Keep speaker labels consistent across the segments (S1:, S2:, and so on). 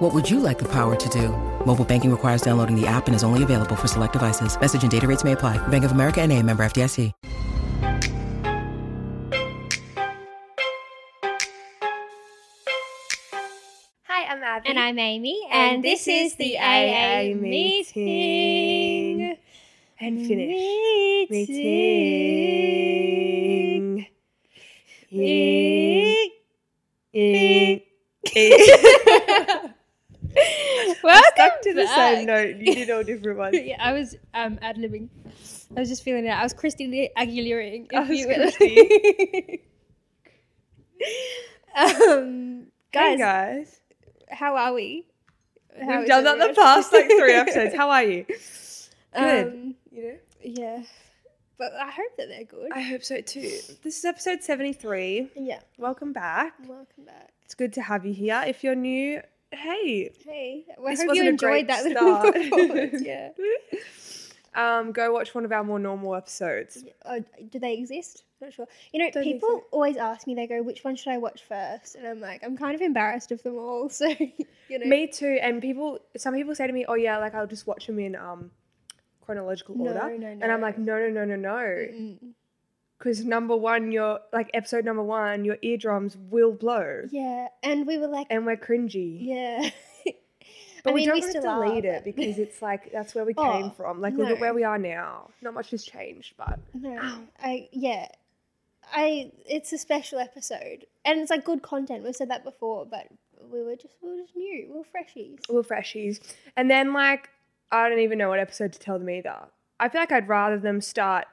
S1: What would you like the power to do? Mobile banking requires downloading the app and is only available for select devices. Message and data rates may apply. Bank of America and a member FDIC.
S2: Hi, I'm Abby.
S3: And I'm Amy, and, this, is the AA meeting.
S2: And finish.
S3: Meeting.
S2: Meeting. Ying. Ying.
S3: Welcome
S2: Stuck to the
S3: back.
S2: same note. You did all different ones.
S3: yeah, I was um, ad libbing. I was just feeling it. I was Christy Aguileraing.
S2: I
S3: if
S2: was
S3: you will. um,
S2: Hey
S3: guys,
S2: guys.
S3: how are we? How
S2: We've
S3: is
S2: done that the
S3: everyone?
S2: past like three episodes. How are you? Good.
S3: Um,
S2: You know?
S3: yeah, but I hope that they're good.
S2: I hope so too. This is episode 73.
S3: yeah,
S2: Welcome back.
S3: welcome back.
S2: It's good to have you here. If you're new, hey,
S3: Hey, well, I
S2: This
S3: hope you
S2: wasn't a
S3: enjoyed
S2: great
S3: that little
S2: start.
S3: performance, yeah.
S2: um, go watch one of our more normal episodes.
S4: Oh, do they exist? Not sure. You know,
S2: Don't think
S4: people
S2: so.
S4: always ask me. They go, "Which one should I watch first? And I'm like, I'm kind of embarrassed of them all. So, you know,
S2: Me too. And people, some people say to me, "Oh yeah, like I'll just watch them in um chronological
S4: No,
S2: order,"
S4: no,
S2: and I'm like, "No, no, no, no, no,"
S4: Mm.
S2: because number one, your like episode number one, your eardrums will blow,
S4: yeah. And we were like,
S2: and we're cringy.
S4: yeah.
S2: But
S4: I
S2: we
S4: mean,
S2: don't
S4: we
S2: want to
S4: still are,
S2: delete it
S4: but-
S2: because it's like that's where we
S4: Oh,
S2: came from. Like look at
S4: no.
S2: where we are now. Not much has changed, but
S4: No, I yeah, I. It's a special episode, and it's like good content. We've said that before, but we were just we were just new. We were freshies.
S2: little freshies. And then like I don't even know what episode to tell them either. I feel like I'd rather them start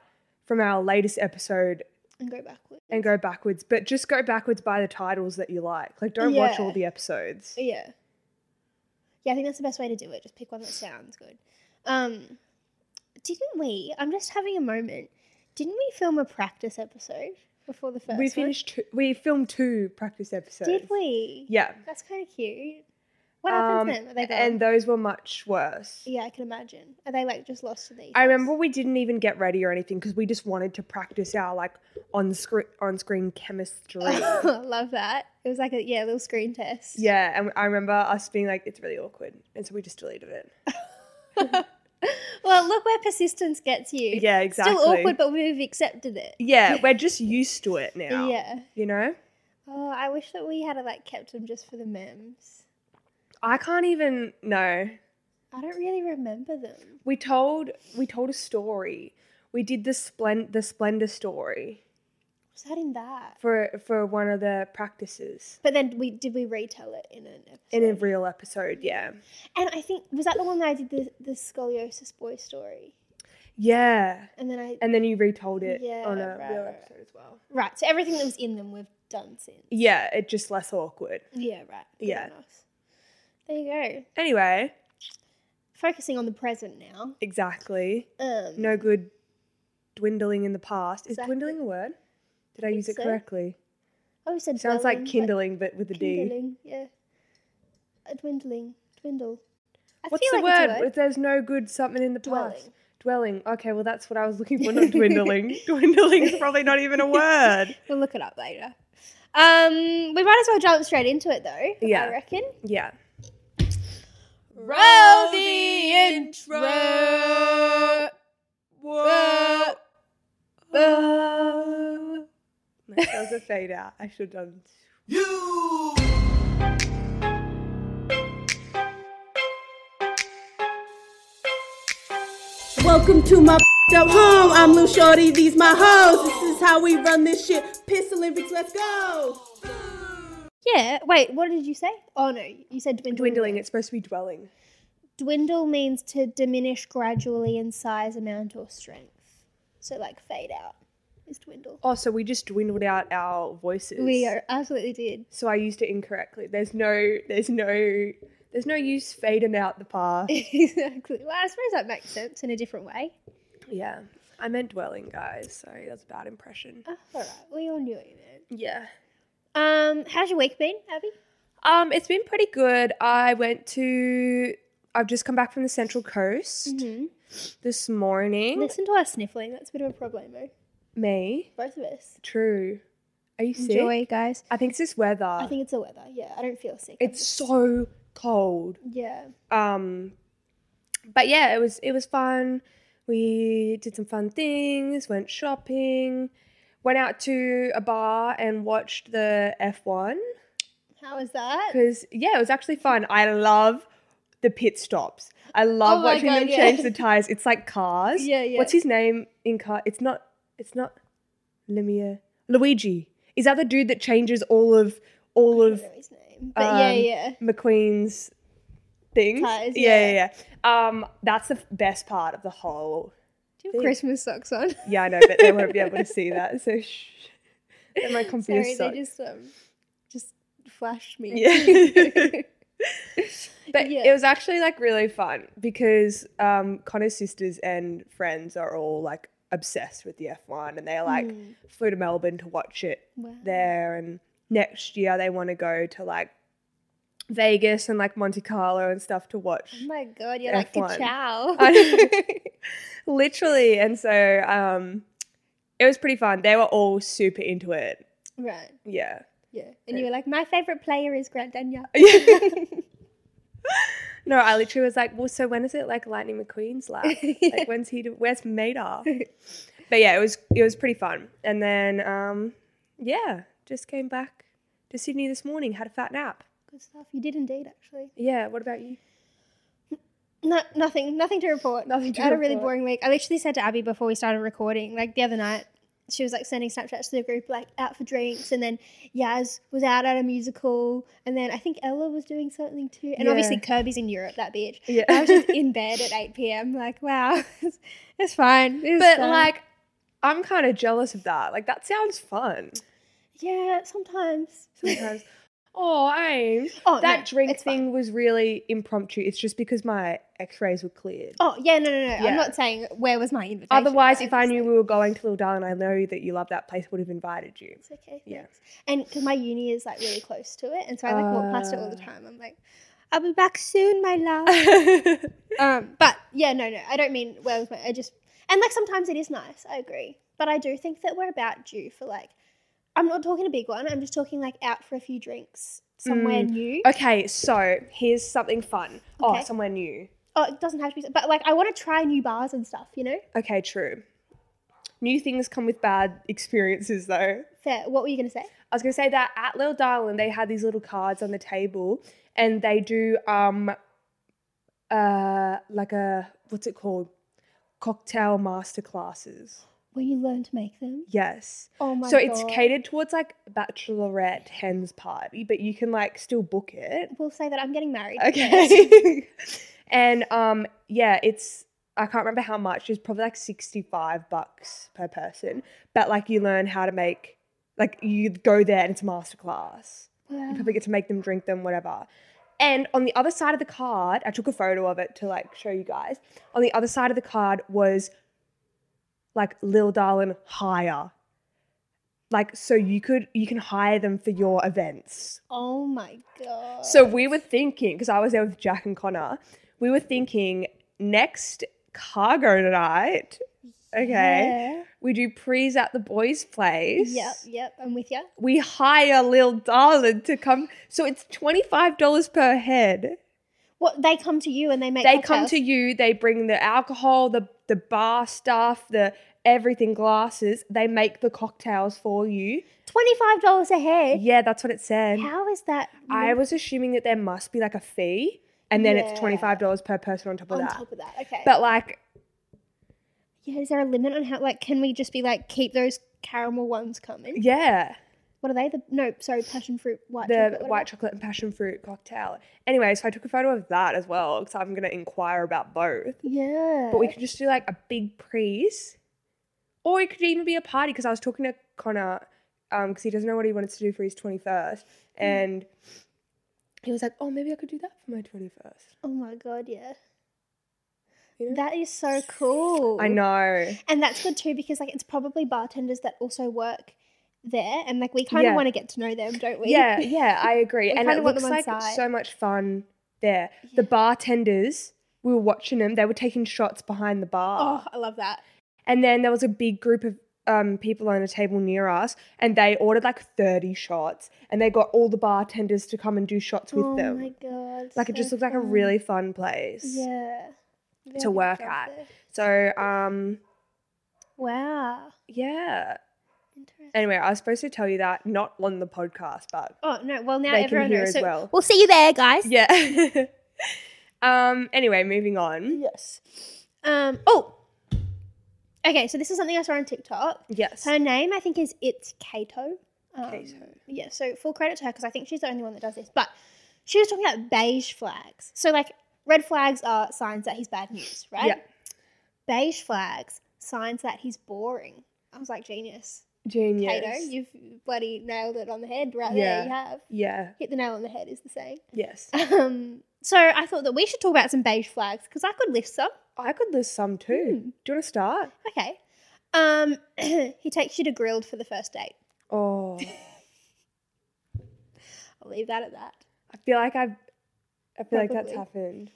S2: from our latest episode
S4: And go backwards.
S2: and go backwards, but just go backwards by the titles that you like. Like don't watch all
S4: Yeah.
S2: the episodes.
S4: Yeah. Yeah, I think that's the best way to do it. Just pick one that sounds good. Um, didn't we? I'm just having a moment. Didn't we film a practice episode before the first
S2: we
S4: one?
S2: finished two, we filmed two practice episodes.
S4: Did we?
S2: Yeah.
S4: That's kind of cute. What happened
S2: Um,
S4: then? Are they gone?
S2: and those were much worse.
S4: yeah, I can imagine. Are they like just lost to the?
S2: I
S4: ethos?
S2: remember we didn't even get ready or anything because we just wanted to practice our like on screen on screen chemistry.
S4: Love that. It was like a yeah little screen test.
S2: yeah, and I remember us being like, it's really awkward, and so we just deleted it.
S4: Well, look where persistence gets you.
S2: Yeah, exactly.
S4: Still awkward, but we've accepted it.
S2: Yeah, we're just used to it now.
S4: Yeah.
S2: You know?
S4: Oh, I wish that we had like kept them just for the memes.
S2: I can't even no.
S4: I don't really remember them.
S2: We told we told a story. We did the splend the splendor story
S4: Was that in that?
S2: for for one of the practices
S4: But then we did we retell it in an episode.
S2: in a real episode, yeah.
S4: and I think was that the one that I did the, the scoliosis boy story,
S2: Yeah.
S4: and then I
S2: And then you retold it
S4: Yeah,
S2: on a
S4: right,
S2: real
S4: right.
S2: episode as well.
S4: right. So everything that was in them we've done since.
S2: Yeah, it just less awkward.
S4: Yeah, right. Good
S2: Yeah.
S4: on us. There you go.
S2: Anyway,
S4: Focusing on the present now.
S2: exactly.
S4: Um,
S2: No good dwindling in the past. Is
S4: Exactly.
S2: dwindling a word? Did I
S4: Think
S2: use it
S4: so.
S2: correctly?
S4: I always oh, said
S2: Sounds like
S4: dwelling,
S2: kindling but with a D.
S4: Kindling. Yeah. A dwindling. Dwindle. I
S2: What's
S4: feel
S2: the
S4: like
S2: word?
S4: It's a
S2: If there's no good something in the past.
S4: Dwelling.
S2: Dwelling. Okay, well that's what I was looking for. Not dwindling. dwindling is probably not even a word.
S4: We'll look it up later. Um, we might as well jump straight into it though.
S2: Yeah.
S4: I reckon.
S2: Yeah.
S3: Roll the intro.
S2: Whoa. Whoa. No, that was a fade out. I should have done.
S5: Welcome to my up home. I'm Lou Shorty. These my hoes. This is how we run this shit. Piss Olympics. Let's go.
S4: Yeah. Wait, what did you say? Oh no, you said dwindle.
S2: Dwindling. It's supposed to be dwelling.
S4: Dwindle means to diminish gradually in size, amount, or strength. So like fade out is dwindle.
S2: Oh, so we just dwindled out our voices.
S4: We are absolutely did.
S2: So I used it incorrectly. There's no. There's no. There's no use fading out the past.
S4: exactly. Well, I suppose that makes sense in a different way.
S2: yeah. I meant dwelling, guys. Sorry, that's a bad impression.
S4: Oh, all right, we all knew what you meant.
S2: Yeah.
S4: Um, how's your week been, Abby?
S2: Um, it's been pretty good. I went to. I've just come back from the Central Coast Mm-hmm. this morning.
S4: Listen to us sniffling. That's a bit of a problemo.
S2: Me.
S4: Both of us.
S2: True. Are you sick?
S4: Enjoy, guys.
S2: I think it's this weather.
S4: I think it's the weather. Yeah, I don't feel sick. I'm
S2: it's
S4: just-
S2: so cold.
S4: yeah.
S2: Um, but yeah, it was it was fun. We did some fun things. Went shopping. Went out to a bar and watched the F one.
S4: How is that?
S2: because yeah, it was actually fun. I love the pit stops. I love
S4: Oh my
S2: watching
S4: God,
S2: them
S4: yeah.
S2: change the tires. It's like cars.
S4: Yeah, yeah.
S2: What's his name in car? It's not. It's not Lemire. Luigi. Is that the dude that changes all of all
S4: I
S2: of
S4: don't know his name. But yeah,
S2: um,
S4: yeah.
S2: McQueen's things?
S4: Tires,
S2: yeah, yeah, yeah. Um, that's the f- best part of the whole.
S4: Do you have Christmas socks on?
S2: Yeah, I know, but they won't be able to see that. So shh. They're my
S4: Sorry,
S2: confused
S4: they
S2: socks.
S4: just um, just flashed me.
S2: Yeah. But
S4: Yeah.
S2: it was actually like really fun because um, Connor's sisters and friends are all like obsessed with the F1 and they like flew to Melbourne to watch it
S4: Hmm. Wow. Oh
S2: there. And next year they want to go to like Vegas and like Monte Carlo and stuff to watch.
S4: Oh my god, you're
S2: F1.
S4: like ciao.
S2: I- Literally. And so um, it was pretty fun. They were all super into it.
S4: right.
S2: Yeah.
S4: Yeah. And you were like, my favorite player is Grant Daniel.
S2: No, I literally was like, well, so when is it like Lightning McQueen's lap? Like, when's he? Do- where's Mater? but yeah, it was it was pretty fun. And then, um, yeah, just came back to Sydney this morning, had a fat nap.
S4: Good stuff. You did indeed, actually.
S2: Yeah. What about you?
S4: No, nothing. Nothing to report.
S2: Nothing to
S4: I had a really
S2: report.
S4: boring week. I literally said to Abby before we started recording, like the other night, she was like sending Snapchats to the group, like out for drinks, and then Yaz was out at a musical, and then I think Ella was doing something too, and
S2: Yeah.
S4: obviously Kirby's in Europe, that bitch.
S2: Yeah.
S4: I was just in bed at eight p.m. Like, wow, it's, it's fine. It's
S2: But
S4: fine.
S2: like, I'm kind of jealous of that. Like, that sounds fun
S4: yeah, sometimes.
S2: sometimes. oh, Ames,
S4: Oh,
S2: that
S4: no,
S2: drink
S4: it's fine.
S2: thing was really impromptu. It's just because my X-rays were cleared.
S4: Oh yeah, no, no, no.
S2: Yeah.
S4: I'm not saying where was my invitation.
S2: Otherwise,
S4: but
S2: if I
S4: it's
S2: knew
S4: like-
S2: we were going to Little Darling, I know that you love that place, would have invited you.
S4: It's okay.
S2: Yeah.
S4: Thanks. And because my uni is like really close to it, and so I like walk past it all the time. I'm like, I'll be back soon, my love. um, but yeah, no, no, I don't mean where was my. I just and like sometimes it is nice. I agree, but I do think that we're about due for like. I'm not talking a big one. I'm just talking like out for a few drinks somewhere new.
S2: Okay, so here's something fun. Oh,
S4: Okay.
S2: somewhere new.
S4: Oh, it doesn't have to be, but like I want to try new bars and stuff. You know,
S2: Okay, true. New things come with bad experiences, though. I
S4: fair. What were you gonna say?
S2: was gonna say that at Little Darling, they had these little cards on the table, and they do um, uh, like a what's it called, cocktail master classes.
S4: Will you learn to make them?
S2: Yes.
S4: Oh my
S2: so it's
S4: God.
S2: catered towards like bachelorette hens party, but you can like still book it.
S4: We'll say that I'm getting married.
S2: Okay. and um yeah, it's I can't remember how much. It's probably like 65 bucks per person. But like you learn how to make like you go there and it's a masterclass. You probably get to make them drink them whatever. And on the other side of the card, I took a photo of it to like show you guys. On the other side of the card was like Lil Darlin hire. Like so you could you can hire them for your events.
S4: Oh my god.
S2: So we were thinking, because I was there with Jack and Connor, we were thinking next cargo night, okay,
S4: Yeah.
S2: we do pre's at the boys' place.
S4: Yep, yep, I'm with you.
S2: We hire Lil Darlin to come. So it's $25 per head.
S4: What they come to you and they make
S2: They come
S4: cocktails.
S2: to you, they bring the alcohol, the, the bar stuff, the everything glasses. They make the cocktails for you.
S4: twenty five dollars a head.
S2: Yeah, that's what it said.
S4: How is that
S2: I was assuming that there must be like a fee. And then it's
S4: Yeah.
S2: $25 per person on top of
S4: on
S2: that.
S4: top of that? Okay.
S2: But like,
S4: yeah, is there a limit on how like can we just be like keep those caramel ones coming?
S2: yeah,
S4: What are they? The no, sorry, passion fruit white
S2: the
S4: chocolate. what are
S2: white chocolate and passion fruit cocktail. Anyway, so I took a photo of that as well because I'm gonna inquire about both.
S4: they? Yeah.
S2: But we could just do like a big prize, or it could even be a party because I was talking to Connor because he doesn't know what he wanted to do for his 21st,
S4: Mm.
S2: and he was like, "Oh, maybe I could do that for my 21st."
S4: Oh my god, yeah.
S2: You know?
S4: That is so cool.
S2: I know.
S4: And that's good too because like it's probably bartenders that also work there and like we kind of
S2: Yeah.
S4: want to get to know them, don't we?
S2: Yeah, yeah, I agree.
S4: We
S2: and
S4: kinda
S2: it
S4: want
S2: looks
S4: them on
S2: like
S4: site.
S2: so much fun there. The bartenders, we were watching them. They were taking shots behind the bar,
S4: Oh, I love that.
S2: and then there was a big group of um, people on a table near us, and they ordered like thirty shots, and they got all the bartenders to come and do shots with
S4: oh
S2: them.
S4: my god.
S2: like it
S4: so
S2: just looked like a
S4: fun.
S2: really fun place.
S4: yeah. Very
S2: to
S4: good
S2: work
S4: job
S2: at.
S4: there.
S2: So um,
S4: Wow.
S2: yeah.
S4: Interesting.
S2: Anyway, I was supposed to tell you that not on the podcast, but
S4: Oh no! Well, now
S2: They can
S4: everyone
S2: hear
S4: knows.
S2: as
S4: So
S2: well.
S4: We'll see you there, guys.
S2: yeah. um. Anyway, moving on.
S4: Yes. Um. Oh. Okay. So this is something I saw on TikTok.
S2: Yes.
S4: Her name, I think, is it's Kato. Um,
S2: Kato.
S4: Yeah. So full credit to her because I think she's the only one that does this. But she was talking about beige flags. So like red flags are signs that he's bad news, right?
S2: Yeah.
S4: Beige flags signs that he's boring. I was like genius,
S2: Genius.
S4: Kato. You've bloody nailed it on the head right
S2: Yeah.
S4: there. You have
S2: Yeah.
S4: hit the nail on the head. Is the saying.
S2: Yes.
S4: Um, so I thought that we should talk about some beige flags because I could list some.
S2: I could list some too.
S4: Hmm.
S2: Do you want to start?
S4: Okay. Um, he takes you to grilled for the first date.
S2: Oh,
S4: I'll leave that at that.
S2: I feel like I've. I feel like that's
S4: Probably.
S2: happened.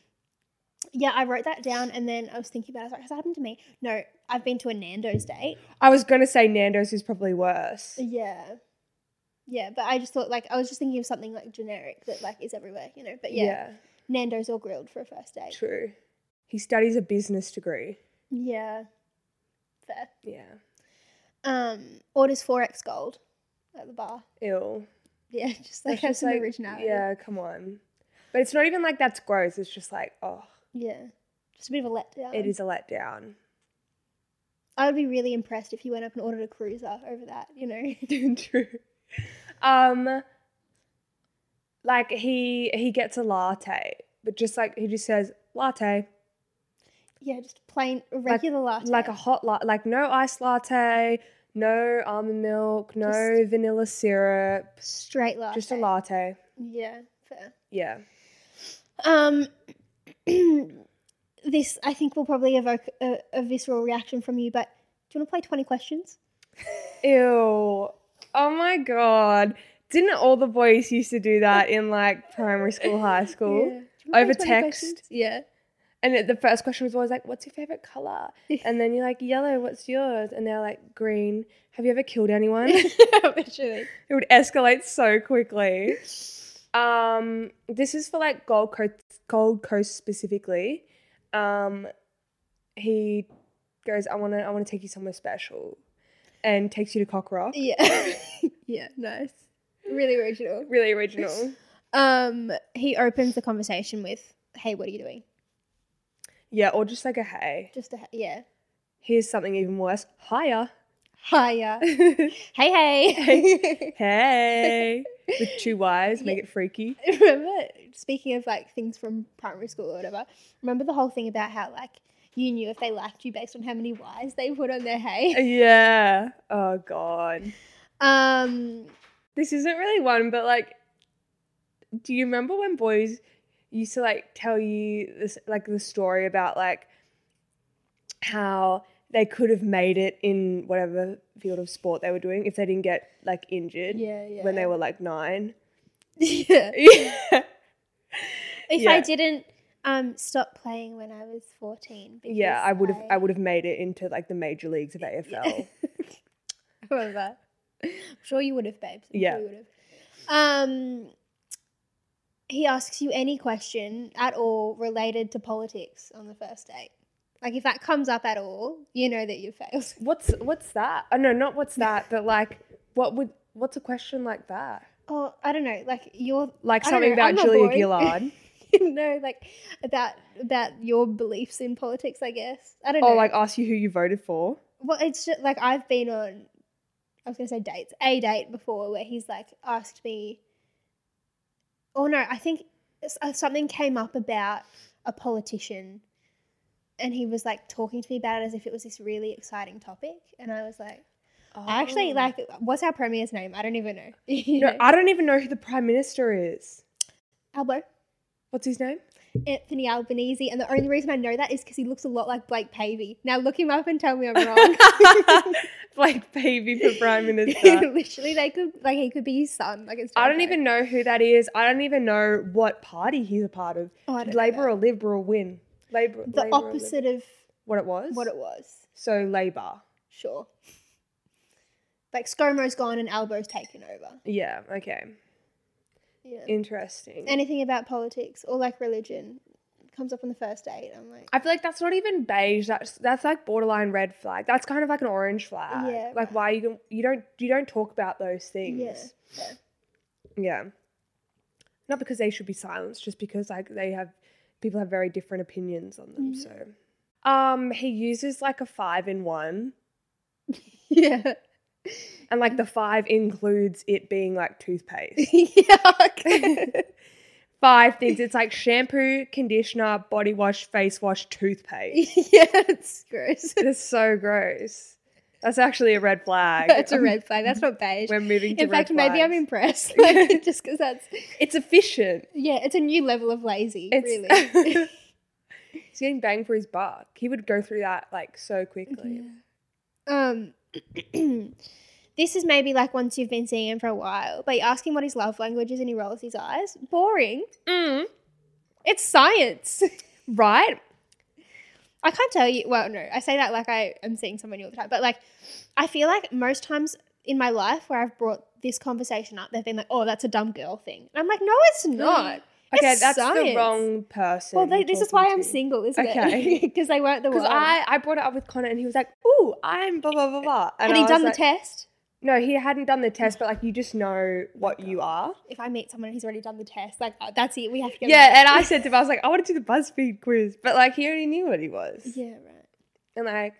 S4: Yeah, I wrote that down and then I was thinking about it. I was like, has that happened to me? No, I've been to a Nando's date.
S2: I was gonna say Nando's is probably worse.
S4: Yeah. Yeah, but I just thought like I was just thinking of something like generic that like is everywhere, you know. But yeah, Nando's or grilled for a first
S2: yeah,
S4: date.
S2: true. He studies a business degree.
S4: Yeah. Fair.
S2: Yeah.
S4: Um, orders forex gold at the bar.
S2: Ill.
S4: Yeah, just like
S2: That's
S4: have
S2: just
S4: some
S2: like-
S4: originality.
S2: Yeah, come on. But it's not even like that's gross. It's just like, oh,
S4: Yeah. Just a bit of a letdown.
S2: it is a letdown.
S4: I would be really impressed if he went up and ordered a cruiser over that, you know?
S2: true. Um, like he he gets a latte, but just like he just says latte,
S4: yeah, just plain a regular latte.
S2: like a hot latte, like no ice latte, no almond milk, no
S4: Just-
S2: vanilla syrup,
S4: straight latte.
S2: just a latte.
S4: Yeah, fair.
S2: Yeah.
S4: Um this I think will probably evoke a, a visceral reaction from you, but do you want to play 20 questions?
S2: Ew. Oh my god. Didn't all the boys used to do that in like primary school, high school?
S4: Yeah. Do you wanna
S2: Over
S4: play 20
S2: text?
S4: questions? Yeah.
S2: And it- the first question was always like, "What's your favorite color?" And then you're like, "Yellow." What's yours? And they're like, "Green." Have you ever killed anyone? it
S4: Literally.
S2: would escalate so quickly. Um, this is for like Gold Coast, Gold Coast specifically. Um, he goes, "I want to, I want to take you somewhere special," and takes you to Cock Rock.
S4: Yeah. yeah, nice. Really original.
S2: Really original.
S4: Um he opens the conversation with, "Hey, what are you doing?"
S2: Yeah, or just like a hey.
S4: Just a he- yeah.
S2: Here's something even worse. Higher.
S4: Hiya. hey, hey.
S2: Hey. With two Y's, make it freaky.
S4: remember, speaking of like things from primary school or whatever, remember the whole thing about how like you knew if they liked you based on how many Y's they put on their hey?
S2: Yeah. Oh god.
S4: Um,
S2: This isn't really one, but like, do you remember when boys used to like tell you this like the story about like how they could have made it in whatever field of sport they were doing if they didn't get like injured
S4: yeah, yeah.
S2: when they were like nine?
S4: yeah.
S2: Yeah.
S4: If
S2: Yeah.
S4: I didn't um stop playing when I was 14. Because
S2: Yeah, I would have I would have made it into like the major leagues of AFL.
S4: I remember that. I'm sure you would have, babes. I'm
S2: Yeah.
S4: Sure you would have. Um, he asks you any question at all related to politics on the first date. Like if that comes up at all, you know that you failed.
S2: What's what's that? Oh no, not what's that, but like what would what's a question like that?
S4: Oh, I don't know. Like your
S2: Like
S4: I don't
S2: something
S4: know, I'm
S2: about
S4: not
S2: Julia
S4: boring.
S2: Gillard.
S4: no, like about about your beliefs in politics. I guess I don't know.
S2: or like ask you who you voted for.
S4: Well, it's just, like I've been on. I was gonna say dates, a date before where he's like asked me. Oh no, I think s- uh, something came up about a politician, and he was like talking to me about it as if it was this really exciting topic, and I was like, I actually like, what's our premier's name? I don't even know.
S2: Oh.
S4: You
S2: No,
S4: know?
S2: I don't even know who the Prime Minister is.
S4: Albo.
S2: What's his name?
S4: Anthony Albanese, and the only reason I know that is because he looks a lot like Blake Pavey. Now look him up and tell me I'm wrong.
S2: like baby for prime minister.
S4: Literally, they could like he could be his son. Like it's
S2: I don't
S4: downright-
S2: even know who that is. I don't even know what party he's a part of.
S4: Oh, I don't know
S2: Labour or Liberal win. Labour.
S4: the
S2: Labour or Lib-
S4: opposite of
S2: What it was.
S4: what it was.
S2: So Labour.
S4: Sure. Like ScoMo's gone and Albo's taken over.
S2: Yeah. Okay.
S4: Yeah.
S2: Interesting.
S4: Anything about politics or like religion comes up on the first date. I'm like,
S2: I feel like that's not even beige. That's that's like borderline red flag. That's kind of like an orange flag.
S4: Yeah,
S2: Like why you you don't you don't talk about those
S4: yeah,
S2: things.
S4: yeah.
S2: Yeah. Not because they should be silenced, just because like they have people have very different opinions on
S4: Mm.
S2: them. So um he uses like a five in one.
S4: yeah.
S2: And like the five includes it being like toothpaste.
S4: Yuck.
S2: five things. It's like shampoo, conditioner, body wash, face wash, toothpaste.
S4: yeah, it's gross.
S2: It's so gross. That's actually a red flag.
S4: That's a red flag. That's not beige.
S2: We're moving to
S4: In fact,
S2: red
S4: maybe I'm
S2: flags.
S4: impressed. Like, just because that's
S2: It's efficient.
S4: yeah, it's a new level of lazy.
S2: It's
S4: really.
S2: He's getting bang for his buck. He would go through that like so quickly.
S4: Um, this is maybe like once you've been seeing him for a while, but you ask him what his love language is, and he rolls his eyes. Boring.
S2: Mm.
S4: It's science.
S2: Right?
S4: I can't tell you. Well, no, I say that like I am seeing someone new all the time, but like I feel like most times in my life where I've brought this conversation up, they've been like, "Oh, that's a dumb girl thing," and I'm like, "No, it's not."
S2: Mm. Okay,
S4: It's
S2: that's the
S4: science.
S2: wrong person.
S4: Well, they,
S2: you're
S4: this is
S2: talking
S4: why I'm
S2: to.
S4: single, isn't
S2: Okay.
S4: it? Because they weren't the one.
S2: Because I, I brought it up with Connor and he was like, Ooh, I'm blah blah blah blah.
S4: had he
S2: I was
S4: done
S2: like-
S4: the test?
S2: No, he hadn't done the test, but like you just know what you are.
S4: If I meet someone who's already done the test, like oh, that's it. We have to get.
S2: Yeah,
S4: married.
S2: and I said to him, I was like, I want to do the BuzzFeed quiz, but like he already knew what he was.
S4: Yeah, right.
S2: And like,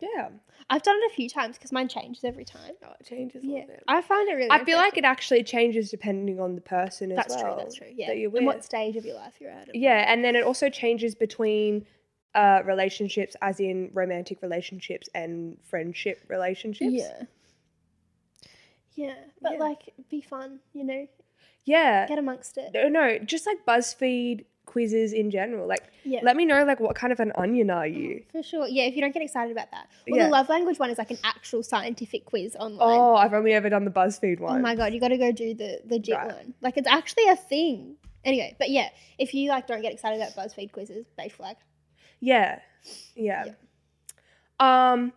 S2: yeah,
S4: I've done it a few times because mine changes every time.
S2: oh, it changes a
S4: Yeah,
S2: little bit.
S4: I find it really.
S2: I feel like
S4: refreshing.
S2: it actually changes depending on the person as
S4: That's
S2: well.
S4: true. That's true. Yeah.
S2: That you're
S4: And what
S2: with.
S4: stage of your life you're at.
S2: Yeah, and then it also changes between uh, relationships, as in romantic relationships and friendship relationships.
S4: Yeah. Yeah, but
S2: Yeah.
S4: like, be fun. You know,
S2: yeah.
S4: get amongst it.
S2: No, no, just like BuzzFeed quizzes in general. Like,
S4: Yeah.
S2: let me know like what kind of an onion are you?
S4: For sure. Yeah, if you don't get excited about that. Well,
S2: Yeah.
S4: the love language one is like an actual scientific quiz online. Oh,
S2: Oh, I've only ever done the BuzzFeed one.
S4: my god, you got to go do the legit
S2: Right.
S4: one. Like, it's actually a thing. Anyway, but yeah, if you like don't get excited about BuzzFeed quizzes, beige flag.
S2: Yeah. yeah.
S4: Yeah.
S2: Um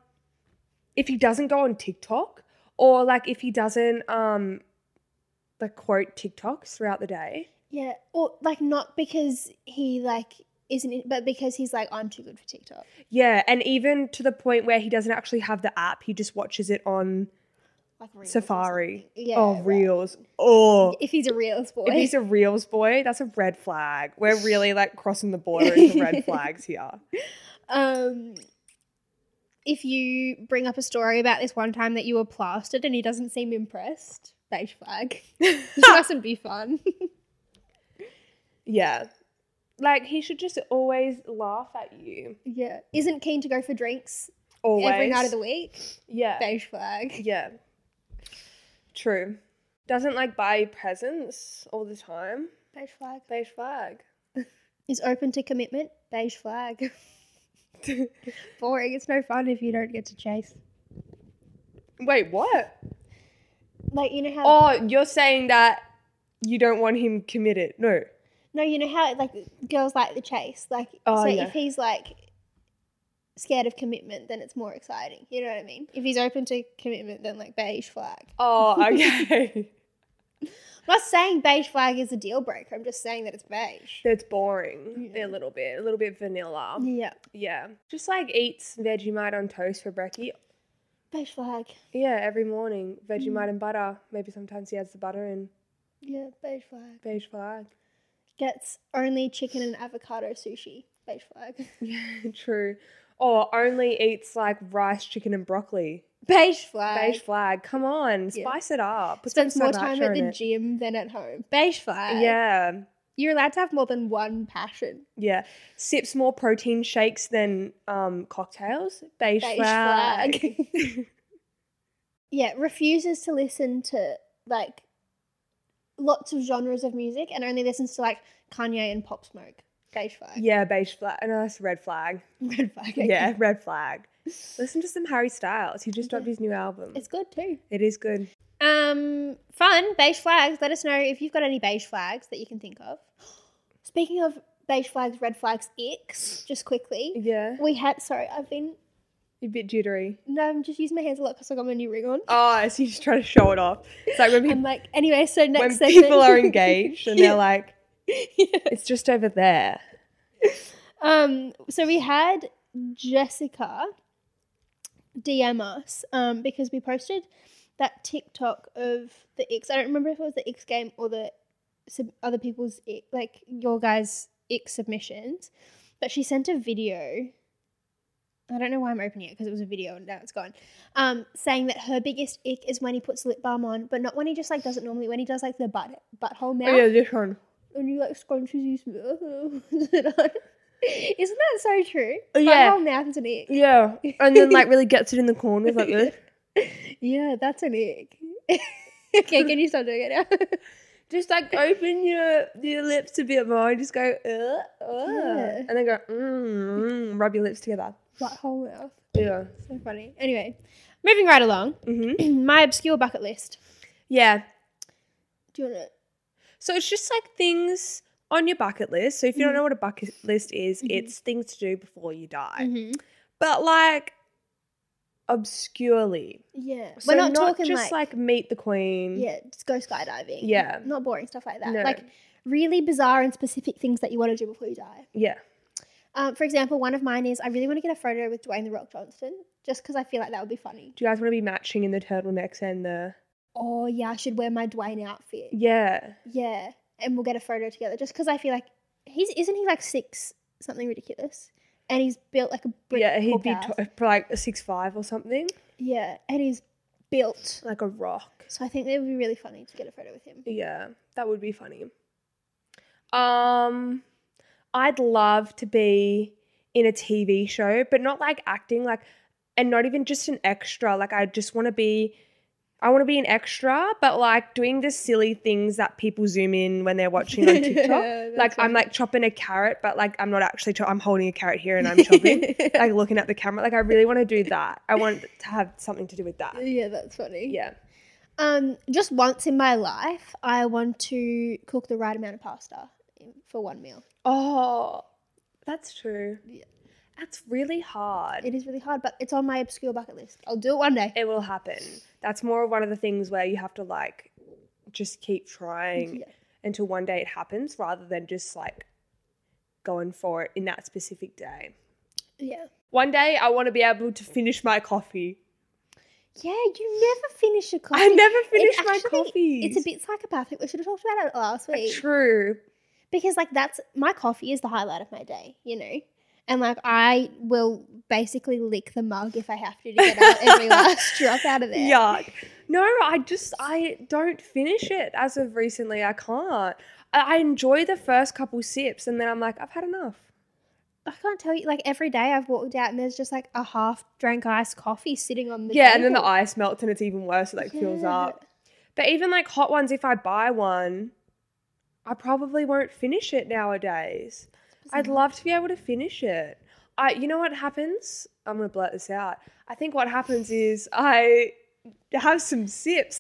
S2: if he doesn't go on TikTok or like if he doesn't um like quote TikToks throughout the day.
S4: Yeah, or like not because he like isn't, in, but because he's like I'm too good for TikTok.
S2: Yeah, and even to the point where he doesn't actually have the app, he just watches it on
S4: Like Reels or
S2: Safari.
S4: something. Yeah.
S2: oh,
S4: right.
S2: Reels. Oh.
S4: If he's a Reels boy.
S2: If he's a Reels boy, that's a red flag. We're really like crossing the border into red flags here.
S4: um if you bring up a story about this one time that you were plastered and he doesn't seem impressed, beige flag. this mustn't be fun.
S2: Yeah. Like he should just always laugh at you.
S4: yeah. Isn't keen to go for drinks
S2: Always.
S4: every night of the week.
S2: Yeah.
S4: Beige flag.
S2: Yeah. True. Doesn't like buy presents all the time.
S4: Beige flag.
S2: Beige flag.
S4: Is open to commitment. Beige flag. Boring. It's no fun if you don't get to chase.
S2: Wait, what?
S4: Like you know how
S2: Oh, you're saying that you don't want him committed. No.
S4: No, you know how like girls like the chase. Like
S2: Oh,
S4: so
S2: yeah.
S4: if he's like scared of commitment, then it's more exciting. You know what I mean? If he's open to commitment, then like beige flag.
S2: Oh, okay.
S4: I'm not saying beige flag is a deal breaker. I'm just saying that it's beige.
S2: That's boring
S4: Yeah.
S2: a little bit. A little bit vanilla.
S4: Yeah.
S2: Yeah. Just like eats Vegemite on toast for brekkie.
S4: Beige flag.
S2: Yeah, every morning.
S4: Mm.
S2: Vegemite and butter. Maybe sometimes he adds the butter in
S4: Yeah, beige flag.
S2: beige flag.
S4: Gets only chicken and avocado sushi. Beige flag.
S2: Yeah, true. Or only eats like rice, chicken, and broccoli.
S4: beige flag.
S2: Beige flag. Come on,
S4: Yeah.
S2: spice it up. Put
S4: Spends
S2: some
S4: more time
S2: sriracha
S4: at
S2: in
S4: the uh,
S2: it.
S4: gym than at home. Beige flag.
S2: Yeah,
S4: You're allowed to have more than one passion.
S2: yeah. Sips more protein shakes than um, cocktails. Beige,
S4: Beige
S2: flag.
S4: yeah, refuses to listen to like lots of genres of music and only listens to like Kanye and Pop Smoke. Beige flag.
S2: Yeah, beige flag. No, that's red flag.
S4: Red flag. okay.
S2: Yeah, red flag. Listen to some Harry Styles. He just dropped his new album.
S4: It's good too.
S2: It is good.
S4: Um, fun beige flags. Let us know if you've got any beige flags that you can think of. Speaking of beige flags, red flags, icks. Just quickly,
S2: Yeah.
S4: we had. Sorry, I've been.
S2: A bit jittery.
S4: No, I'm just using my hands a lot because I got my new ring on.
S2: Oh, so you're just trying to show it off. It's like when,
S4: I'm
S2: peop-
S4: like, anyway, so
S2: when
S4: next segment.
S2: people are engaged and they're like, it's just over there.
S4: Um, so we had Jessica DM us um, because we posted that TikTok of the X. I don't remember if it was the X game or the sub- other people's i- like your guys' X submissions, but she sent a video. I don't know why I'm opening it because it was a video and now it's gone. Um, saying that her biggest ick is when he puts lip balm on, but not when he just like does it normally. When he does like the butt butthole mouth
S2: Oh, yeah, this one.
S4: and you like scrunches his mouth. Isn't that so true?
S2: Oh,
S4: My
S2: yeah.
S4: whole mouth is an ick.
S2: Yeah. And then, like, really gets it in the corners like this.
S4: Yeah, that's an ick. okay, can you stop doing it now?
S2: Just like open your your lips a bit more and just go, uh, uh,
S4: Yeah.
S2: and then go, mm, mm, rub your lips together.
S4: That whole mouth.
S2: Yeah.
S4: So funny. Anyway, moving right along.
S2: hmm
S4: My obscure bucket list.
S2: Yeah.
S4: Do you want to?
S2: So it's just like things on your bucket list. So if you don't know what a bucket list is,
S4: Mhm.
S2: it's things to do before you die.
S4: Mm-hmm.
S2: But like obscurely.
S4: Yeah.
S2: So
S4: We're not, talking
S2: just
S4: like, mm.
S2: like, meet the queen.
S4: yeah, just go skydiving.
S2: Yeah.
S4: Not boring stuff like that.
S2: No.
S4: Like really bizarre and specific things that you want to do before you die.
S2: Yeah.
S4: Um, for example, one of mine is I really want to get a photo with Dwayne the Rock Johnson, just because I feel like that would be funny.
S2: Do you guys want to be matching in the turtlenecks and the
S4: Oh yeah, I should wear my Dwayne outfit.
S2: Yeah.
S4: Yeah, and we'll get a photo together. Just because I feel like he's isn't he like six something ridiculous, and he's built like a brick
S2: yeah, he'd be
S4: courthouse.
S2: to- like a six five or something.
S4: yeah, and he's built.
S2: Like a rock.
S4: So I think it would be really funny to get a photo with him.
S2: Yeah, that would be funny. Um, I'd love to be in a TV show, but not like acting, like, and not even just an extra. Like, I just want to be, I want to be an extra, but like doing the silly things that people zoom in when they're watching on TikTok.
S4: Yeah,
S2: like,
S4: that's
S2: I'm like chopping a carrot, but like I'm not actually. Chop- I'm holding a carrot here and I'm chopping, like looking at the camera. Like, I really want to do that. I want to have something to do with that.
S4: yeah, that's funny.
S2: Yeah.
S4: Um, just once in my life, I want to cook the right amount of pasta for one meal.
S2: Oh, that's true. That's really hard. It,
S4: It is really hard, but it's on my obscure bucket list. I'll do it one day.
S2: will happen. That's more of one of the things where you have to like just keep trying
S4: Yeah.
S2: until one day it happens rather than just like going for it in that specific day.
S4: Yeah.
S2: One day I want to be able to finish my coffee.
S4: Yeah, you never finish a coffee.
S2: I never
S4: It
S2: finish my
S4: actually-
S2: coffee.
S4: It's a bit psychopathic. We should have talked about it last week.
S2: true.
S4: Because like that's my coffee is the highlight of my day, you know? And like I will basically lick the mug if I have to to get out every last drop out of there.
S2: Yuck. No, I just I don't finish it as of recently. I can't. I I enjoy the first couple sips and then I'm like, I've had enough.
S4: I can't tell you like every day I've walked out and there's just like a half drank iced coffee sitting on the
S2: yeah, and then the
S4: table.
S2: ice melts and it's even worse. It like fills
S4: Yeah.
S2: up. But even like hot ones, if I buy one, I probably won't finish it nowadays. I'd love to be able to finish it. I, you know what happens? I'm gonna blurt this out. I think what happens is I have some sips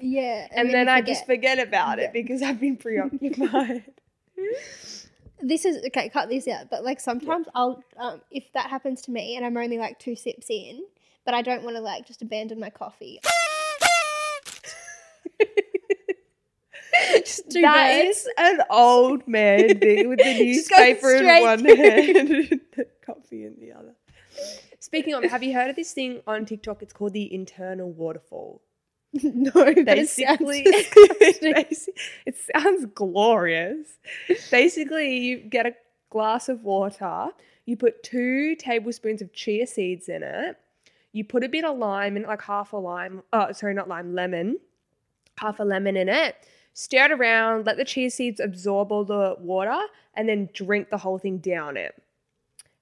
S4: Yeah.
S2: and, then,
S4: you
S2: I just forget about
S4: Yeah.
S2: it because I've been preoccupied.
S4: this is okay cut this out but like sometimes i'll um, if that happens to me and i'm only like two sips in but i don't want to like just abandon my coffee just do
S2: That
S4: both.
S2: is an old man thing with the
S4: Just goes
S2: newspaper in
S4: straight
S2: one
S4: through.
S2: hand and the coffee in the other. Speaking of, have you heard of this thing on TikTok? It's called the internal waterfall.
S4: no but it sounds
S2: Basically,
S4: disgusting.
S2: basi- it sounds glorious. Basically, you get a glass of water, you put two tablespoons of chia seeds in it, you put a bit of lime in, like half a lime, oh, sorry, not lime, lemon, half a lemon in it, stir it around, let the chia seeds absorb all the water, and then drink the whole thing down it.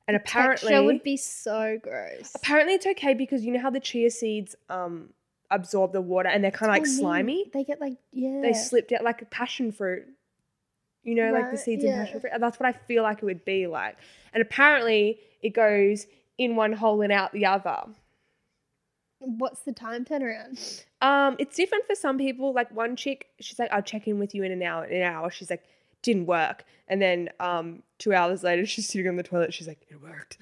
S2: And apparently,
S4: Texture would be so gross
S2: Apparently, it's okay because you know how the chia seeds um, absorb the water and they're kind of like
S4: Oh, neat.
S2: slimy.
S4: They get like yeah.
S2: They slipped out like a passion fruit. You know, like the
S4: Right,
S2: seeds
S4: yeah.
S2: in passion fruit. And That's what I feel like it would be like. And apparently it goes in one hole and out the other.
S4: What's the time turnaround?
S2: Um, it's different for some people. Like one chick, she's like, I'll check in with you in an hour. In an hour, she's like, didn't work. And then um, two hours later, she's sitting on the toilet. She's like, it worked.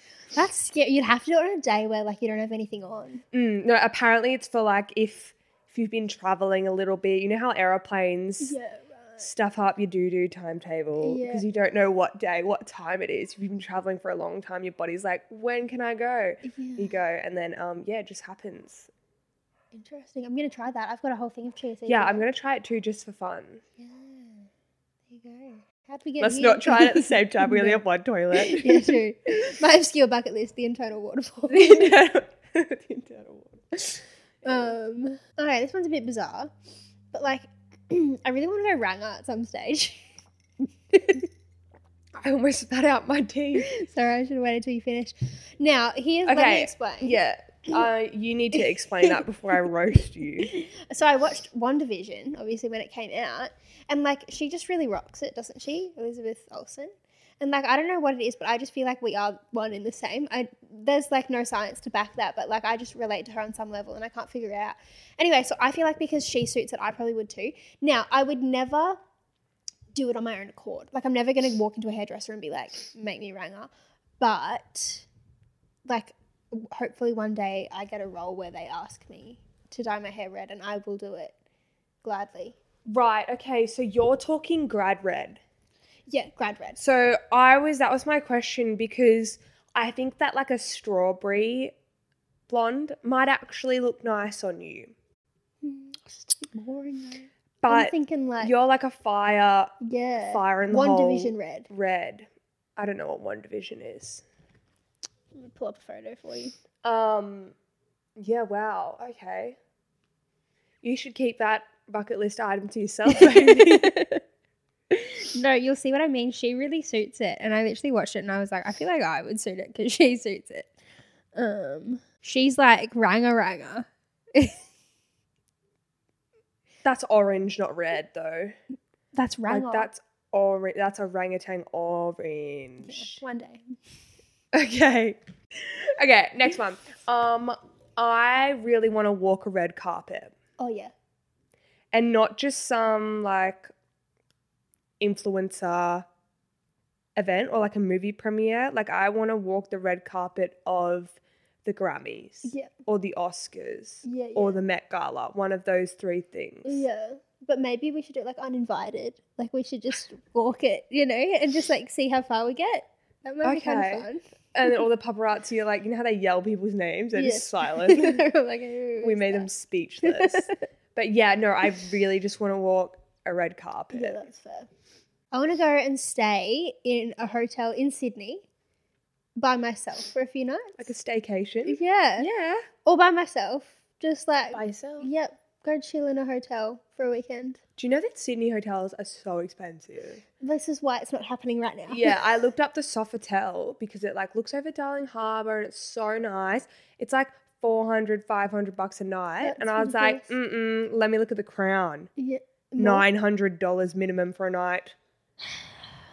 S4: That's scary. You'd have to do it on a day where like you don't have anything on.
S2: Mm, no, apparently it's for like if if you've been traveling a little bit. You know how aeroplanes
S4: Yeah.
S2: stuff up your doo doo timetable because
S4: Yeah.
S2: you don't know what day, what time it is. If you've been traveling for a long time, your body's like, when can I go?
S4: Yeah.
S2: You go, and then um, yeah, it just happens.
S4: Interesting. I'm gonna try that. I've got a whole thing of cheese.
S2: Yeah, I'm gonna try it too, just for fun.
S4: Yeah. There you go. How'd we get?
S2: Let's
S4: here?
S2: not try it at the same time. We only
S4: No.
S2: have one toilet.
S4: yeah, true. My obscure bucket list: the internal waterfall.
S2: the internal, the internal water.
S4: um. Okay, this one's a bit bizarre, but like, I really want to go ranga at some stage.
S2: I almost spat out my tea.
S4: Sorry, I should have waited till you finish. Now, here's what let
S2: Okay,
S4: me explain.
S2: Yeah, uh, you need to explain that before I roast you.
S4: So I watched WandaVision, obviously, when it came out. And, like, she just really rocks it, doesn't she? Elizabeth Olsen. And, like, I don't know what it is, but I just feel like we are one in the same. I, there's, like, no science to back that, but, like, I just relate to her on some level and I can't figure it out. Anyway, so I feel like because she suits it, I probably would too. Now, I would never do it on my own accord. Like, I'm never going to walk into a hairdresser and be like, make me ranger. But, like, hopefully one day I get a role where they ask me to dye my hair red and I will do it gladly.
S2: Right, okay, so you're talking grad red.
S4: Yeah, grad red.
S2: So I was that was my question because I think that like a strawberry blonde might actually look nice on you.
S4: Boring though. I'm
S2: But
S4: thinking like
S2: you're like a fire
S4: yeah,
S2: fire in the
S4: one
S2: hole.
S4: division red.
S2: red. I don't know what one division is.
S4: Let me pull up a photo for you.
S2: Um yeah, wow. Okay. You should keep that bucket list item to yourself, baby.
S4: No, you'll see what I mean. She really suits it, and I literally watched it and I was like, I feel like I would suit it because she suits it. Um, she's like ranga ranga.
S2: that's orange, not red though.
S4: That's ranga.
S2: Like that's orange that's orangutan orange.
S4: one day.
S2: Okay. Okay, next one. Um, I really want to walk a red carpet
S4: Oh yeah,
S2: and not just some like influencer event or like a movie premiere. Like I want to walk the red carpet of the Grammys
S4: yeah,
S2: or the Oscars
S4: yeah, yeah.
S2: or the Met Gala, one of those three things.
S4: Yeah. But maybe we should do it like uninvited. Like we should just walk it, you know, and just like see how far we get. That might be kind
S2: Okay.
S4: of fun.
S2: And then all the paparazzi are like, you know how they yell people's names? They're just
S4: Yeah.
S2: silent.
S4: I'm like, "Ooh,
S2: we
S4: who's
S2: made them
S4: that?"
S2: speechless. but yeah, no, I really just want to walk a red carpet.
S4: Yeah, that's fair. I want to go and stay in a hotel in Sydney by myself for a few nights.
S2: like a staycation.
S4: yeah.
S2: Yeah.
S4: Or by myself. Just like,
S2: yourself.
S4: yep, go chill in a hotel for a weekend.
S2: Do you know that Sydney hotels are so expensive?
S4: This is why it's not happening right now.
S2: yeah, I looked up the Sofitel because it like looks over Darling Harbour and it's so nice. It's like 400, 500 bucks a night. and
S4: That's
S2: I was like,
S4: ridiculous.
S2: mm-mm, let me look at the crown.
S4: yeah. more.
S2: $900 minimum for a night.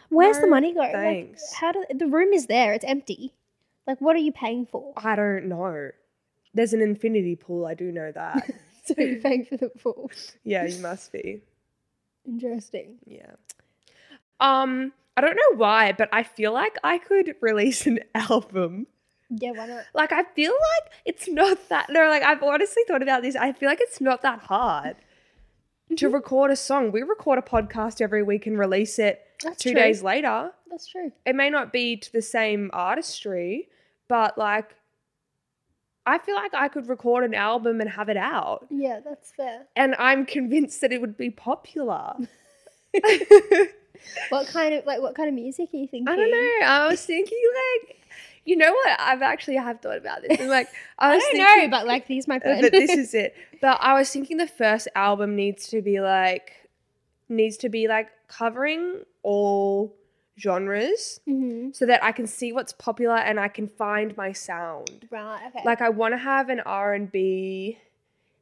S4: Where's the
S2: No,
S4: money going?
S2: thanks.
S4: Like, how do the room is there? It's empty. Like, what are you paying for?
S2: I don't know. There's an infinity pool, I do know that.
S4: so you're paying for the pool.
S2: yeah, you must be.
S4: Interesting.
S2: Yeah. Um, I don't know why, but I feel like I could release an album.
S4: Yeah, why not?
S2: Like I feel like it's not that no, like I've honestly thought about this. I feel like it's not that hard to record a song. We record a podcast every week and release it
S4: That's
S2: two
S4: true.
S2: days later.
S4: That's true.
S2: It may not be to the same artistry, but like I feel like I could record an album and have it out.
S4: Yeah, that's fair.
S2: And I'm convinced that it would be popular.
S4: What kind of like what kind of music are you thinking?
S2: I don't know. I was thinking like, you know what? I've actually have thought about this. And like, I
S4: I,
S2: was
S4: don't
S2: thinking,
S4: know, but like these my
S2: but this is it. But I was thinking the first album needs to be like, needs to be like covering all genres
S4: hmm
S2: so that I can see what's popular and I can find my sound.
S4: Right. Okay.
S2: Like, I want to have an R and B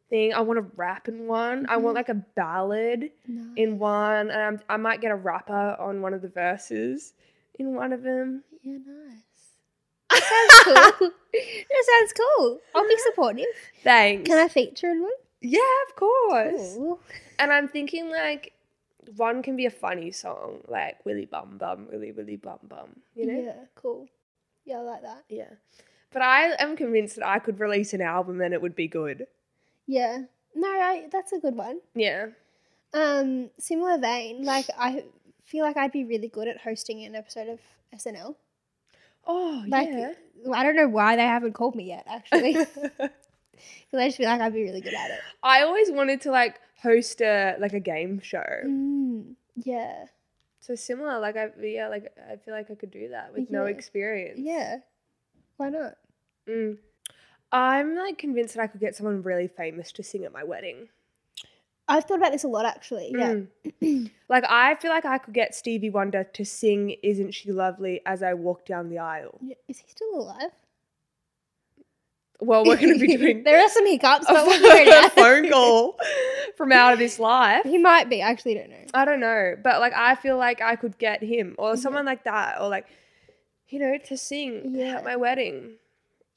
S2: thing. I want to rap in one. I
S4: Mm-hmm.
S2: want like a ballad in one, and I'm, I might get a rapper on one of the verses in one of them.
S4: Yeah, nice. That sounds cool. that sounds cool. I'll be supportive.
S2: Thanks.
S4: Can I feature in one?
S2: Yeah, of course.
S4: Cool.
S2: And I'm thinking like one can be a funny song, like Willy Bum Bum, Willy Willy Bum Bum, you know?
S4: Yeah, cool. Yeah, I like that.
S2: Yeah. But I am convinced that I could release an album and it would be good.
S4: Yeah. No, I, that's a good one.
S2: Yeah.
S4: Um, similar vein, like I feel like I'd be really good at hosting an episode of SNL.
S2: Oh,
S4: Like,
S2: yeah.
S4: I don't know why they haven't called me yet, actually. Because I just feel like I'd be really good at it.
S2: I always wanted to like host a like a game show.
S4: Mm, yeah.
S2: So similar, like I yeah, like I feel like I could do that with no
S4: Yeah.
S2: experience.
S4: Yeah. Why not?
S2: Mm. I'm like convinced that I could get someone really famous to sing at my wedding.
S4: I've thought about this a lot, actually. Yeah.
S2: Mm. like I feel like I could get Stevie Wonder to sing "Isn't She Lovely" as I walk down the aisle.
S4: Yeah, Is he still alive?
S2: Well, we're going to be doing
S4: there are some hiccups,
S2: a
S4: but we'll figure it out.
S2: phone call from out of this life.
S4: He might be. I actually don't know.
S2: I don't know, but like I feel like I could get him or someone like that, or like you know, to sing
S4: Yeah.
S2: at my wedding.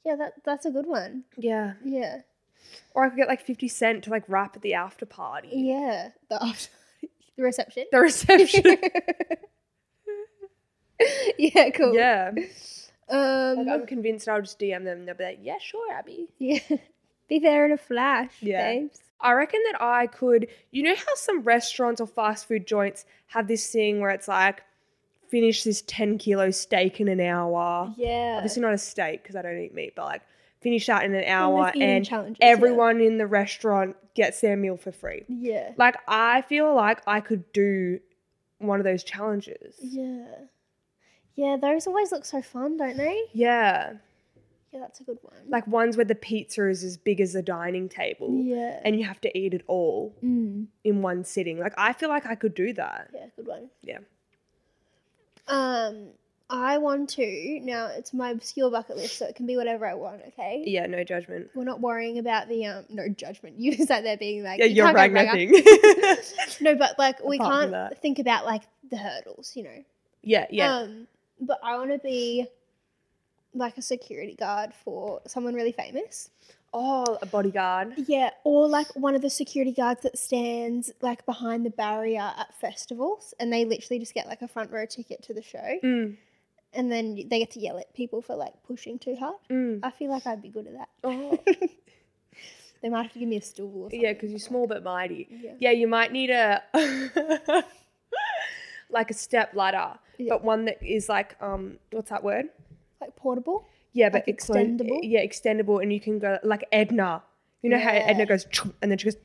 S4: Yeah, that that's a good one.
S2: Yeah,
S4: Yeah.
S2: or I could get like Fifty Cent to like rap at the after party,
S4: Yeah. The after the reception.
S2: the reception.
S4: yeah, cool.
S2: yeah,
S4: Um
S2: like, I'm convinced I'll just DM them and they'll be like, "Yeah, sure, Abby."
S4: Yeah. Be there in a flash,
S2: Yeah.
S4: babes.
S2: I reckon that I could, you know how some restaurants or fast food joints have this thing where it's like, finish this 10 kilo steak in an hour.
S4: Yeah.
S2: Obviously, not a steak because I don't eat meat, but like, finish that in an hour
S4: eating
S2: and
S4: challenges, yeah.
S2: everyone in the restaurant gets their meal for free.
S4: Yeah.
S2: Like, I feel like I could do one of those challenges.
S4: Yeah. Yeah, those always look so fun, don't they?
S2: Yeah.
S4: Yeah, that's a good one.
S2: Like, ones where the pizza is as big as a dining table
S4: yeah.
S2: and you have to eat it all
S4: mm.
S2: in one sitting. Like, I feel like I could do that.
S4: Yeah, good one.
S2: Yeah.
S4: Um, I want to now. It's my obscure bucket list, so it can be whatever I want. Okay.
S2: Yeah, no judgment.
S4: We're not worrying about the um no judgment. You sat there being like
S2: Yeah,
S4: you
S2: you're
S4: can't go
S2: Ragnar
S4: Ragnar.
S2: thing.
S4: No, but like we
S2: Apart from
S4: can't
S2: that.
S4: think about like the hurdles, you know.
S2: yeah, yeah.
S4: Um, but I want to be like a security guard for someone really famous.
S2: oh, a bodyguard.
S4: Yeah, or like one of the security guards that stands like behind the barrier at festivals, and they literally just get like a front row ticket to the show,
S2: Mm,
S4: and then they get to yell at people for like pushing too hard.
S2: mm.
S4: I feel like I'd be good at that.
S2: Oh,
S4: They might have to give me a stool or something.
S2: yeah, because you're small but mighty.
S4: Yeah.
S2: Yeah, you might need a like a step ladder,
S4: Yeah.
S2: but one that is like um, what's that word?
S4: like portable.
S2: Yeah, but
S4: Like
S2: it's like-
S4: extendable?
S2: Yeah, extendable, and you can go like Edna. You know how
S4: Yeah.
S2: Edna goes, "Chomp," and then she goes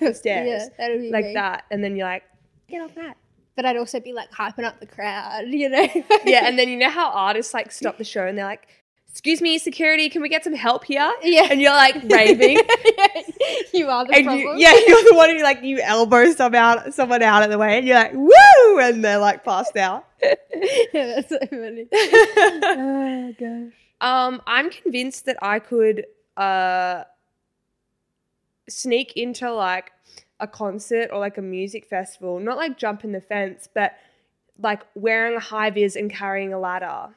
S2: upstairs,
S4: Yeah, that would be
S2: like
S4: me.
S2: that, and then you're like, get off that.
S4: But I'd also be like hyping up the crowd, you know.
S2: yeah, and then you know how artists like stop the show and they're like, "Excuse me, security, can we get some help here?"
S4: Yeah.
S2: and you're like raving,
S4: you are the
S2: and
S4: problem.
S2: you, yeah, you're the one who like you elbow some out, someone out of the way, and you're like, "Woo!" and they're like passed out.
S4: yeah, that's so funny. oh gosh.
S2: Um, I'm convinced that I could uh sneak into like a concert or like a music festival, not like jumping the fence, but like wearing a high vis and carrying a ladder.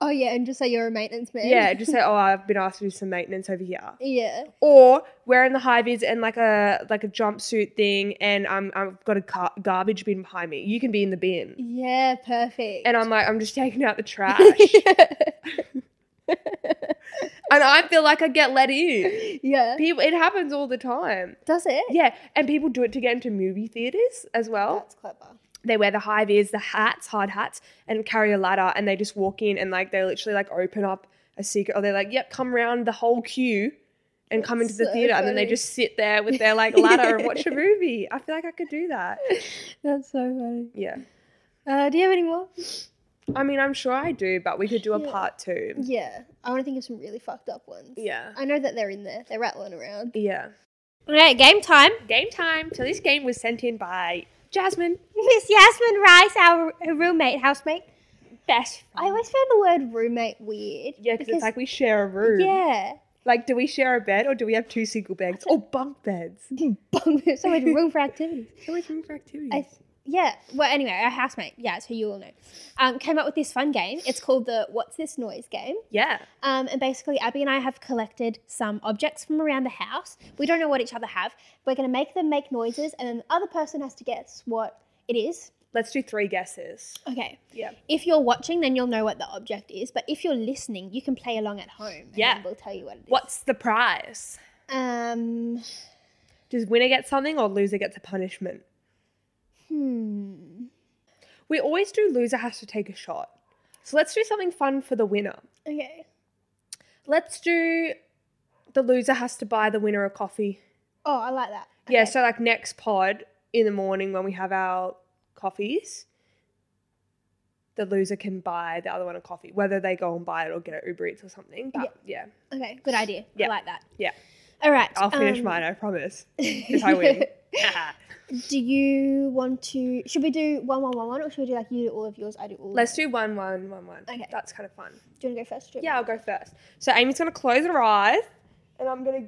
S4: Oh yeah, and just say you're a maintenance man.
S2: Yeah, just say, "Oh, I've been asked to do some maintenance over here."
S4: Yeah.
S2: or wearing the high vis and like a like a jumpsuit thing, and I'm I've got a car- garbage bin behind me. You can be in the bin,
S4: Yeah, perfect.
S2: and I'm like I'm just taking out the trash, and I feel like I get let in.
S4: yeah.
S2: People, it happens all the time.
S4: Does it?
S2: Yeah, and people do it to get into movie theaters as well.
S4: That's clever.
S2: They wear the high vis, the hats, hard hats, and carry a ladder, and they just walk in and like they literally like open up a secret, or they're like, "Yep, come round the whole queue." And come into
S4: That's
S2: the
S4: so
S2: theater, and then they
S4: funny.
S2: just sit there with their like ladder and watch a movie. I feel like I could do that.
S4: That's so funny.
S2: Yeah,
S4: Uh, do you have any more?
S2: I mean, I'm sure I do, but we could do a
S4: Yeah.
S2: part two.
S4: Yeah. I want to think of some really fucked up ones.
S2: Yeah,
S4: I know that they're in there. They're rattling around.
S2: yeah.
S3: Okay, game time.
S2: Game time. So this game was sent in by Jasmine.
S3: Miss Yasmin Rice, our roommate, housemate.
S2: Best.
S4: I always found the word roommate weird.
S2: Yeah, because it's like we share a room.
S4: yeah,
S2: Like, do we share a bed or do we have two single beds or bunk beds?
S4: so much room for activities.
S2: So much room for activities.
S4: I, yeah. Well, anyway, our housemate, yeah, so you all know, um, came up with this fun game. It's called the What's This Noise game.
S2: yeah.
S4: Um, and basically, Abby and I have collected some objects from around the house. We don't know what each other have. We're going to make them make noises, and then the other person has to guess what it is.
S2: Let's do three guesses.
S4: Okay.
S2: Yeah.
S4: If you're watching, then you'll know what the object is. But if you're listening, you can play along at home. and
S2: Yeah.
S4: then we'll tell you what it is.
S2: What's the prize?
S4: Um.
S2: Does winner get something or loser gets a punishment?
S4: Hmm.
S2: We always do loser has to take a shot. So let's do something fun for the winner.
S4: Okay.
S2: Let's do the loser has to buy the winner a coffee.
S4: Oh, I like that.
S2: Yeah,
S4: Okay.
S2: so like next pod in the morning when we have our coffees, the loser can buy the other one a coffee, whether they go and buy it or get it Uber Eats or something. But yeah,
S4: Okay. Good idea.
S2: Yeah.
S4: I like that.
S2: yeah.
S4: All right.
S2: I'll finish
S4: um,
S2: mine, I promise. If I win.
S4: Do you want to? Should we do one, one, one, one, or should we do like you do all of yours, I do all? of
S2: Let's do one, one, one, one.
S4: Okay.
S2: That's kind of fun.
S4: mine? Do you want to go first? Jim?
S2: Yeah, I'll go first. So Amy's gonna close her eyes, and I'm gonna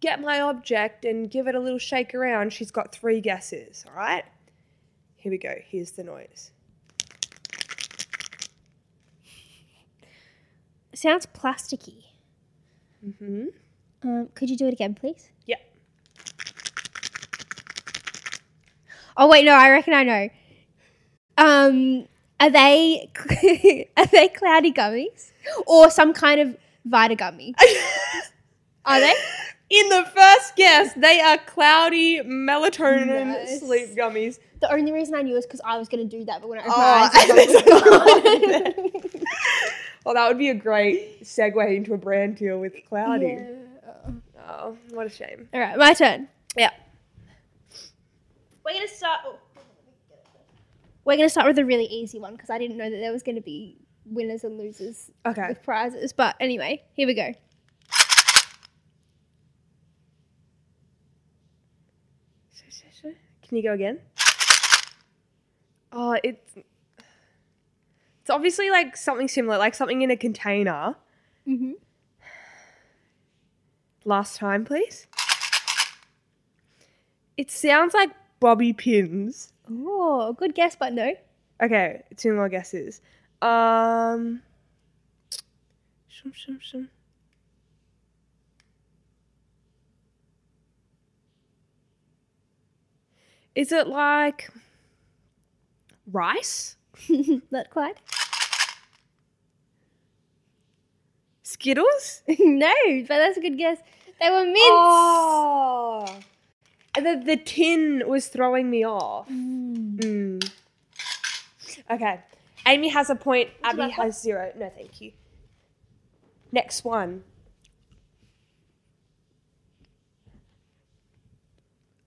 S2: get my object and give it a little shake around. She's got three guesses. All right. Here we go. Here's the noise.
S4: Sounds plasticky.
S2: Mm-hmm.
S4: Um, could you do it again, please?
S2: Yeah.
S4: Oh wait, no, I reckon I know. Um, are they are they cloudy gummies or some kind of Vita gummy? are they?
S2: In the first guess, they are cloudy melatonin
S4: Nice.
S2: sleep gummies.
S4: The only reason I knew is because I was going to do that, but when I
S2: Oh,
S4: opened my eyes, it was
S2: Well, that would be a great segue into a brand deal with
S4: gone.
S2: cloudy.
S4: Yeah.
S2: Oh, what a shame.
S4: All right, my turn.
S2: Yeah.
S4: We're gonna start. oh, We're gonna start with a really easy one because I didn't know that there was gonna be winners and losers
S2: Okay.
S4: with prizes. But anyway, here we go.
S2: Can you go again? Oh, it's it's obviously like something similar, like something in a container.
S4: Mm-hmm.
S2: Last time, please. It sounds like bobby pins.
S4: Oh, good guess, but no.
S2: Okay, two more guesses. Um, shum, shum, shum. Is it like rice?
S4: Not quite.
S2: Skittles?
S4: no, but that's a good guess. They were mints.
S2: Oh. The, the tin was throwing me off. Mm. Okay. Amy has a point. Abby
S4: like one?
S2: has zero. No, thank you. Next one.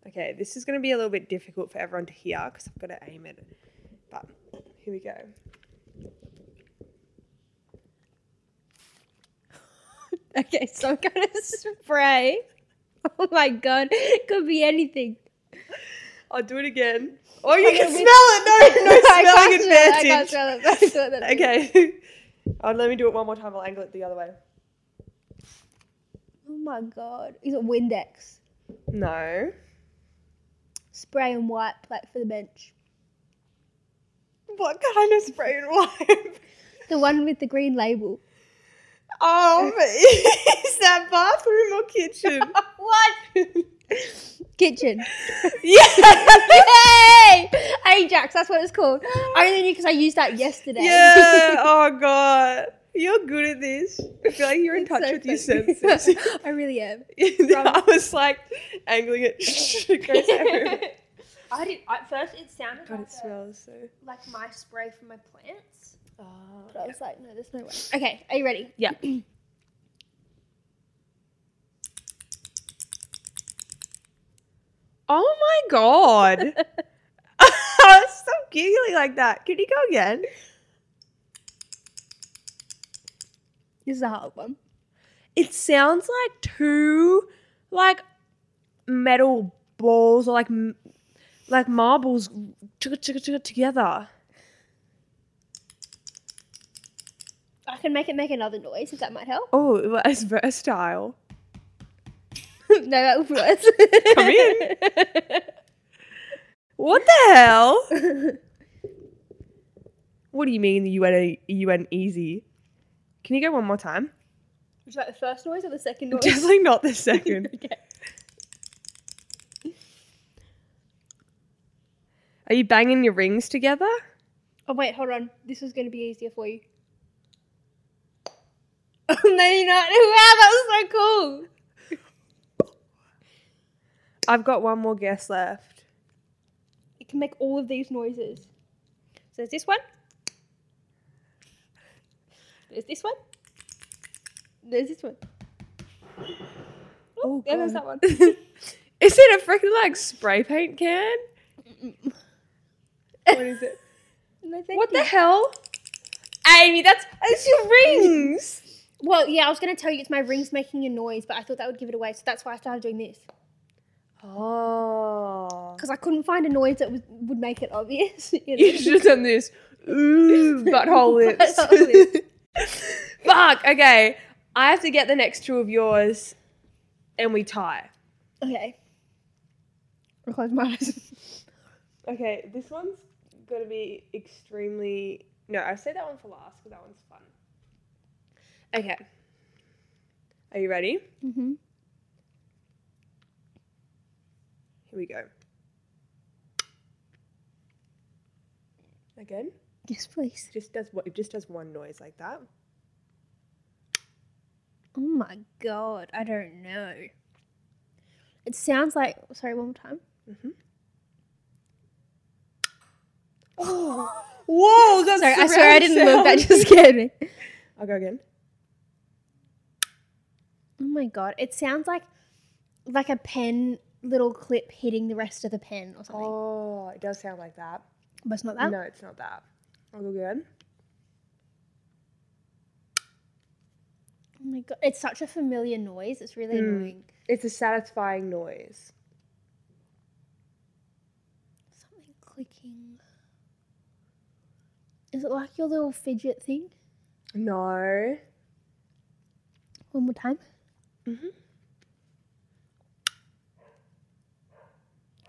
S2: Okay, this is going to be a little bit difficult for everyone to hear because I've got to aim it. But here we go.
S4: Okay, so I'm gonna spray. Oh my god, could be anything.
S2: I'll do it again. Oh, you can
S4: we-
S2: smell it. No, no
S4: I
S2: smelling
S4: can't do it, I
S2: advantage.
S4: can't smell it, but I thought that-
S2: Okay. Oh, let me do it one more time. I'll angle it the other way.
S4: Oh my god, is it Windex?
S2: No.
S4: Spray and wipe, like for the bench.
S2: What kind of spray and wipe?
S4: The one with the green label.
S2: Um, is that bathroom or kitchen?
S4: What? Kitchen.
S2: yeah.
S4: Yay! Ajax, that's what it's called. I only knew because I used that yesterday.
S2: Yeah. Oh god. You're good at this. I feel like you're in touch
S4: So
S2: with your
S4: funny.
S2: senses.
S4: I really am.
S2: I was like angling it. it goes everywhere.
S4: I did at first it sounded
S2: God, it smells so.
S4: like my spray for my plants.
S2: Oh.
S4: But I was like, no, there's no way. Okay, are you ready?
S2: Yeah. oh my god. Stop giggling like that. Can you go again?
S4: This is a hard one.
S2: It sounds like two like metal balls or like m- like marbles chugga chugga chugga together.
S4: I I can make it make another noise if that might help.
S2: Oh, well, it's versatile.
S4: no, that was worse.
S2: Come in. What the hell? what do you mean you went e, you went easy? Can you go one more time?
S4: Would you like the first noise or the second noise?
S2: Definitely not the second.
S4: okay.
S2: Are you banging your rings together?
S4: Oh wait, hold on. This was going to be easier for you. Oh no, you're not. Wow, that was so cool.
S2: I've got one more guess left.
S4: It can make all of these noises. So there's this one. There's this one. There's this one.
S2: Oh,
S4: Yeah, there's that one.
S2: Is it a freaking like spray paint can? what is it?
S4: No, thank
S2: What
S4: you.
S2: the hell? Amy, that's it's your rings.
S4: Well, yeah, I was going to tell you it's my rings making a noise, but I thought that would give it away, so that's why I started doing this.
S2: Oh.
S4: Because I couldn't find a noise that was, would make it obvious. you know?
S2: You should have done this. Ooh, butthole lips.
S4: Butthole lips.
S2: Fuck. Okay, I have to get the next two of yours, and we tie.
S4: Okay. I closed my eyes.
S2: Okay, this one's gonna be extremely. No, I say that one for last because that one's fun. Okay. Are you ready? Mm-hmm. Here we go. Again,
S4: Yes, please.
S2: it just does what it just does one noise like that.
S4: Oh my god, I don't know. It sounds like. Sorry, one more time.
S2: Whoa, that's
S4: Sorry, I swear I didn't move. That just scared me.
S2: I'll go again.
S4: Oh my god, it sounds like like a pen little clip hitting the rest of the pen or something.
S2: Oh, it does sound like that.
S4: But it's not that.
S2: No, it's not that. I'll go again.
S4: Oh my god, it's such a familiar noise. It's
S2: Hmm.
S4: really annoying.
S2: It's a satisfying noise.
S4: Something clicking. Is it like your little fidget thing?
S2: No.
S4: One more time. Mm-hmm.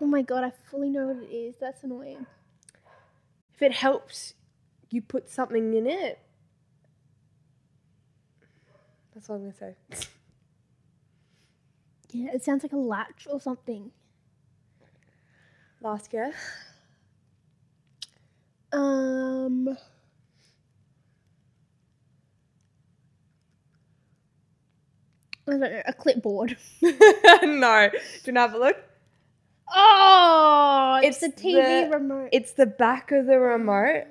S4: Oh my god, I fully know what it is. That's annoying.
S2: If it helps, you put something in it. That's what I'm gonna say.
S4: Yeah, it sounds like a latch or something.
S2: Last guess.
S4: Um. I don't know, a clipboard.
S2: no. Do you wanna have a look?
S4: Oh, it's,
S2: It's
S4: a TV
S2: the-
S4: remote.
S2: It's the back of the remote.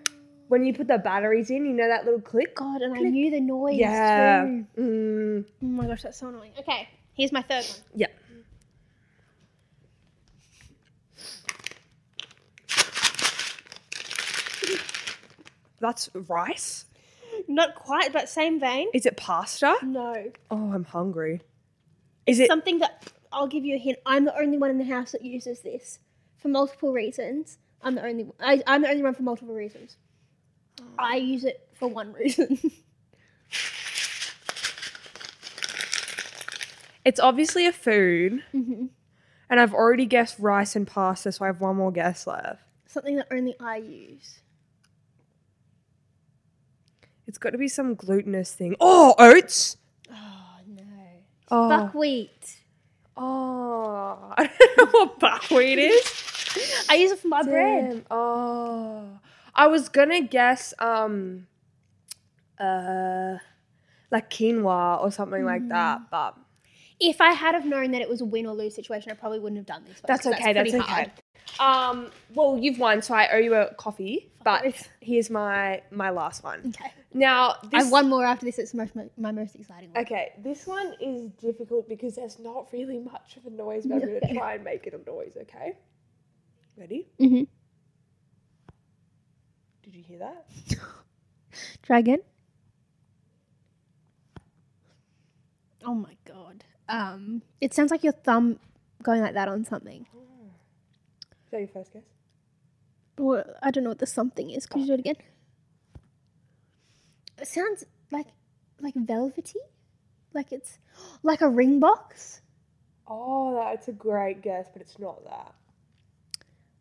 S2: When you put the batteries in, you know that little click?
S4: God, and I knew the noise.
S2: yeah.
S4: Too.
S2: Mm,
S4: Oh my gosh, that's so annoying. Okay, here's my third one.
S2: yeah. That's rice?
S4: Not quite, but same vein.
S2: Is it pasta?
S4: No,
S2: Oh, I'm hungry. Is it
S4: something that I'll give you a hint. I'm the only one in the house that uses this for multiple reasons. I'm the only. I, I'm the only one for multiple reasons. I use it for one reason.
S2: It's obviously a food.
S4: Mm-hmm.
S2: And I've already guessed rice and pasta, so I have one more guess left.
S4: something that only I use.
S2: It's got to be some glutinous thing. Oh, oats.
S4: Oh no.
S2: Oh,
S4: Buckwheat.
S2: oh. I don't know what buckwheat is.
S4: I use it for my bread.
S2: Damn. Oh, I was gonna guess um, uh, like quinoa or something
S4: Mm-hmm.
S2: like that, but
S4: If I had have known that it was a win or lose situation, I probably wouldn't have done this. one,
S2: that's
S4: 'cause
S2: okay. That's,
S4: pretty
S2: okay. Um, well, you've won, so I owe you a coffee. But
S4: Fuckers.
S2: here's my my last one.
S4: hard. Okay.
S2: Now
S4: I
S2: this
S4: have one more after this. It's most, my, my most exciting one.
S2: Okay, this one is difficult because there's not really much of a noise, but I'm going to try and make it a noise, okay? Ready?
S4: Mhm.
S2: Did you hear that?
S4: Try again. Oh my god. Um, it sounds like your thumb going like that on something.
S2: Is that your first guess?
S4: Well, I don't know what the something is. Could you do it again? It sounds like like velvety, like it's like a ring box.
S2: Oh, that's a great guess, but it's not that.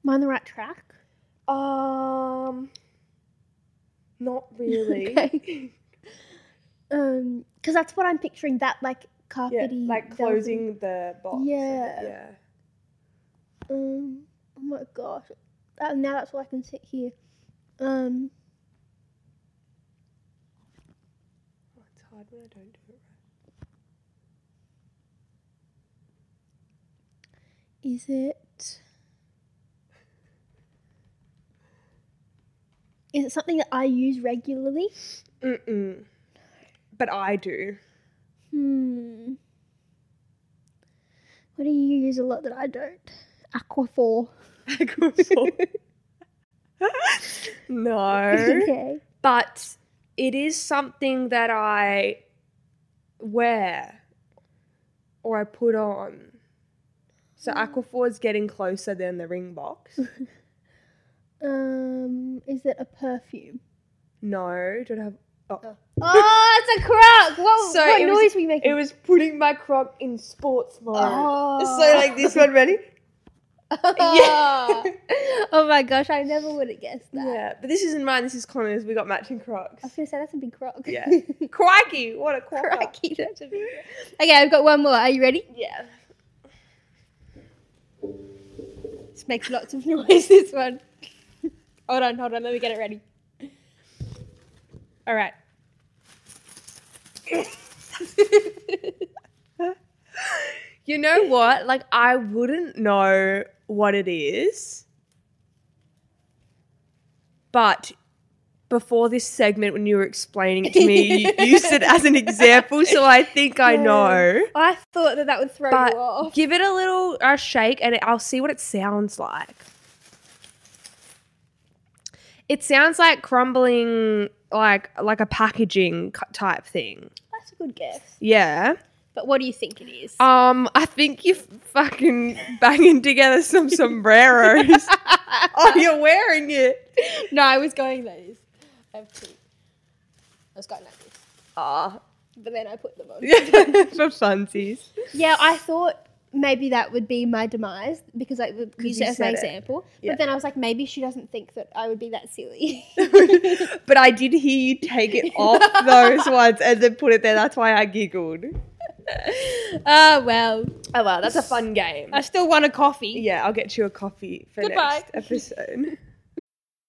S4: Am I on the right track?
S2: Um, not really.
S4: Okay. um, because that's what I'm picturing. That like
S2: Yeah,
S4: carpety,
S2: like
S4: velvety-
S2: closing the box. and-
S4: Yeah.
S2: Yeah.
S4: Um, oh my gosh. That, now that's all I can sit here. Um,
S2: Oh, it's hard when I don't do it right.
S4: is it? Is it something that I use regularly?
S2: Mm-mm. But I do.
S4: Hmm. What do you use a lot that I don't? Aquaphor.
S2: I go for it. no.
S4: okay.
S2: But it is something that I wear or I put on. So
S4: Hmm.
S2: Aquaphor is getting closer than the ring box.
S4: Um, is it a perfume?
S2: no, don't have. Oh.
S4: Oh, it's a crock. What,
S2: So
S4: Oh. what
S2: it was-
S4: noise we making?
S2: It was putting my croc in sports mode.
S4: oh.
S2: So like this one, ready?
S4: Oh. oh my gosh, I never would have guessed that.
S2: Yeah, but this isn't mine. This is Connor's. We got matching Crocs.
S4: I was gonna say that's a big crock.
S2: Yeah. Crikey, what a croc!
S4: Crikey, that's a big crock. Okay, I've got one more. Are you ready?
S2: Yeah.
S4: This makes lots of noise, this one. hold on, hold on, let me get it ready. All right.
S2: You know what? Like I wouldn't know what it is, but before this segment, when you were explaining it to me, you used it as an example, so I think I know.
S4: I thought that that would throw you
S2: But
S4: off.
S2: give it a little uh, shake, and I'll see what it sounds like. It sounds like crumbling, like like a packaging cu- type thing.
S4: That's a good guess.
S2: Yeah.
S4: But what do you think it is?
S2: Um, I think you're fucking banging together some sombreros. oh, you're wearing it.
S4: no, I was going those. I have two. I was going like this,
S2: Ah,
S4: but then I put them on.
S2: for funsies.
S4: Yeah, I thought maybe that would be my demise because I would use
S2: you
S4: it as my
S2: said it.
S4: example.
S2: Yeah.
S4: But then I was like, maybe she doesn't think that I would be that silly.
S2: but I did hear you take it off those ones and then put it there. That's why I giggled.
S4: oh well,
S2: Oh wow, that's a fun game.
S4: I still want a coffee.
S2: Yeah, I'll get you a coffee for
S4: Goodbye.
S2: next episode.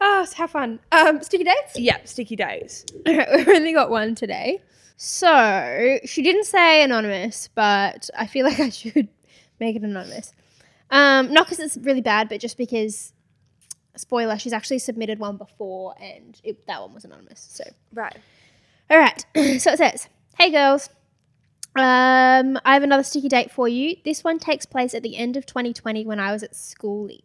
S4: Oh, so have fun. Um, sticky dates.
S2: yeah, sticky days.
S4: All right, we've only got one today. So she didn't say anonymous, but I feel like I should make it anonymous. Um, not because it's really bad, but just because spoiler, she's actually submitted one before, and it, that one was anonymous. So
S2: Right.
S4: All right. so it says, "Hey girls, um, I have another sticky date for you. This one takes place at the end of 2020 when I was at schoolies.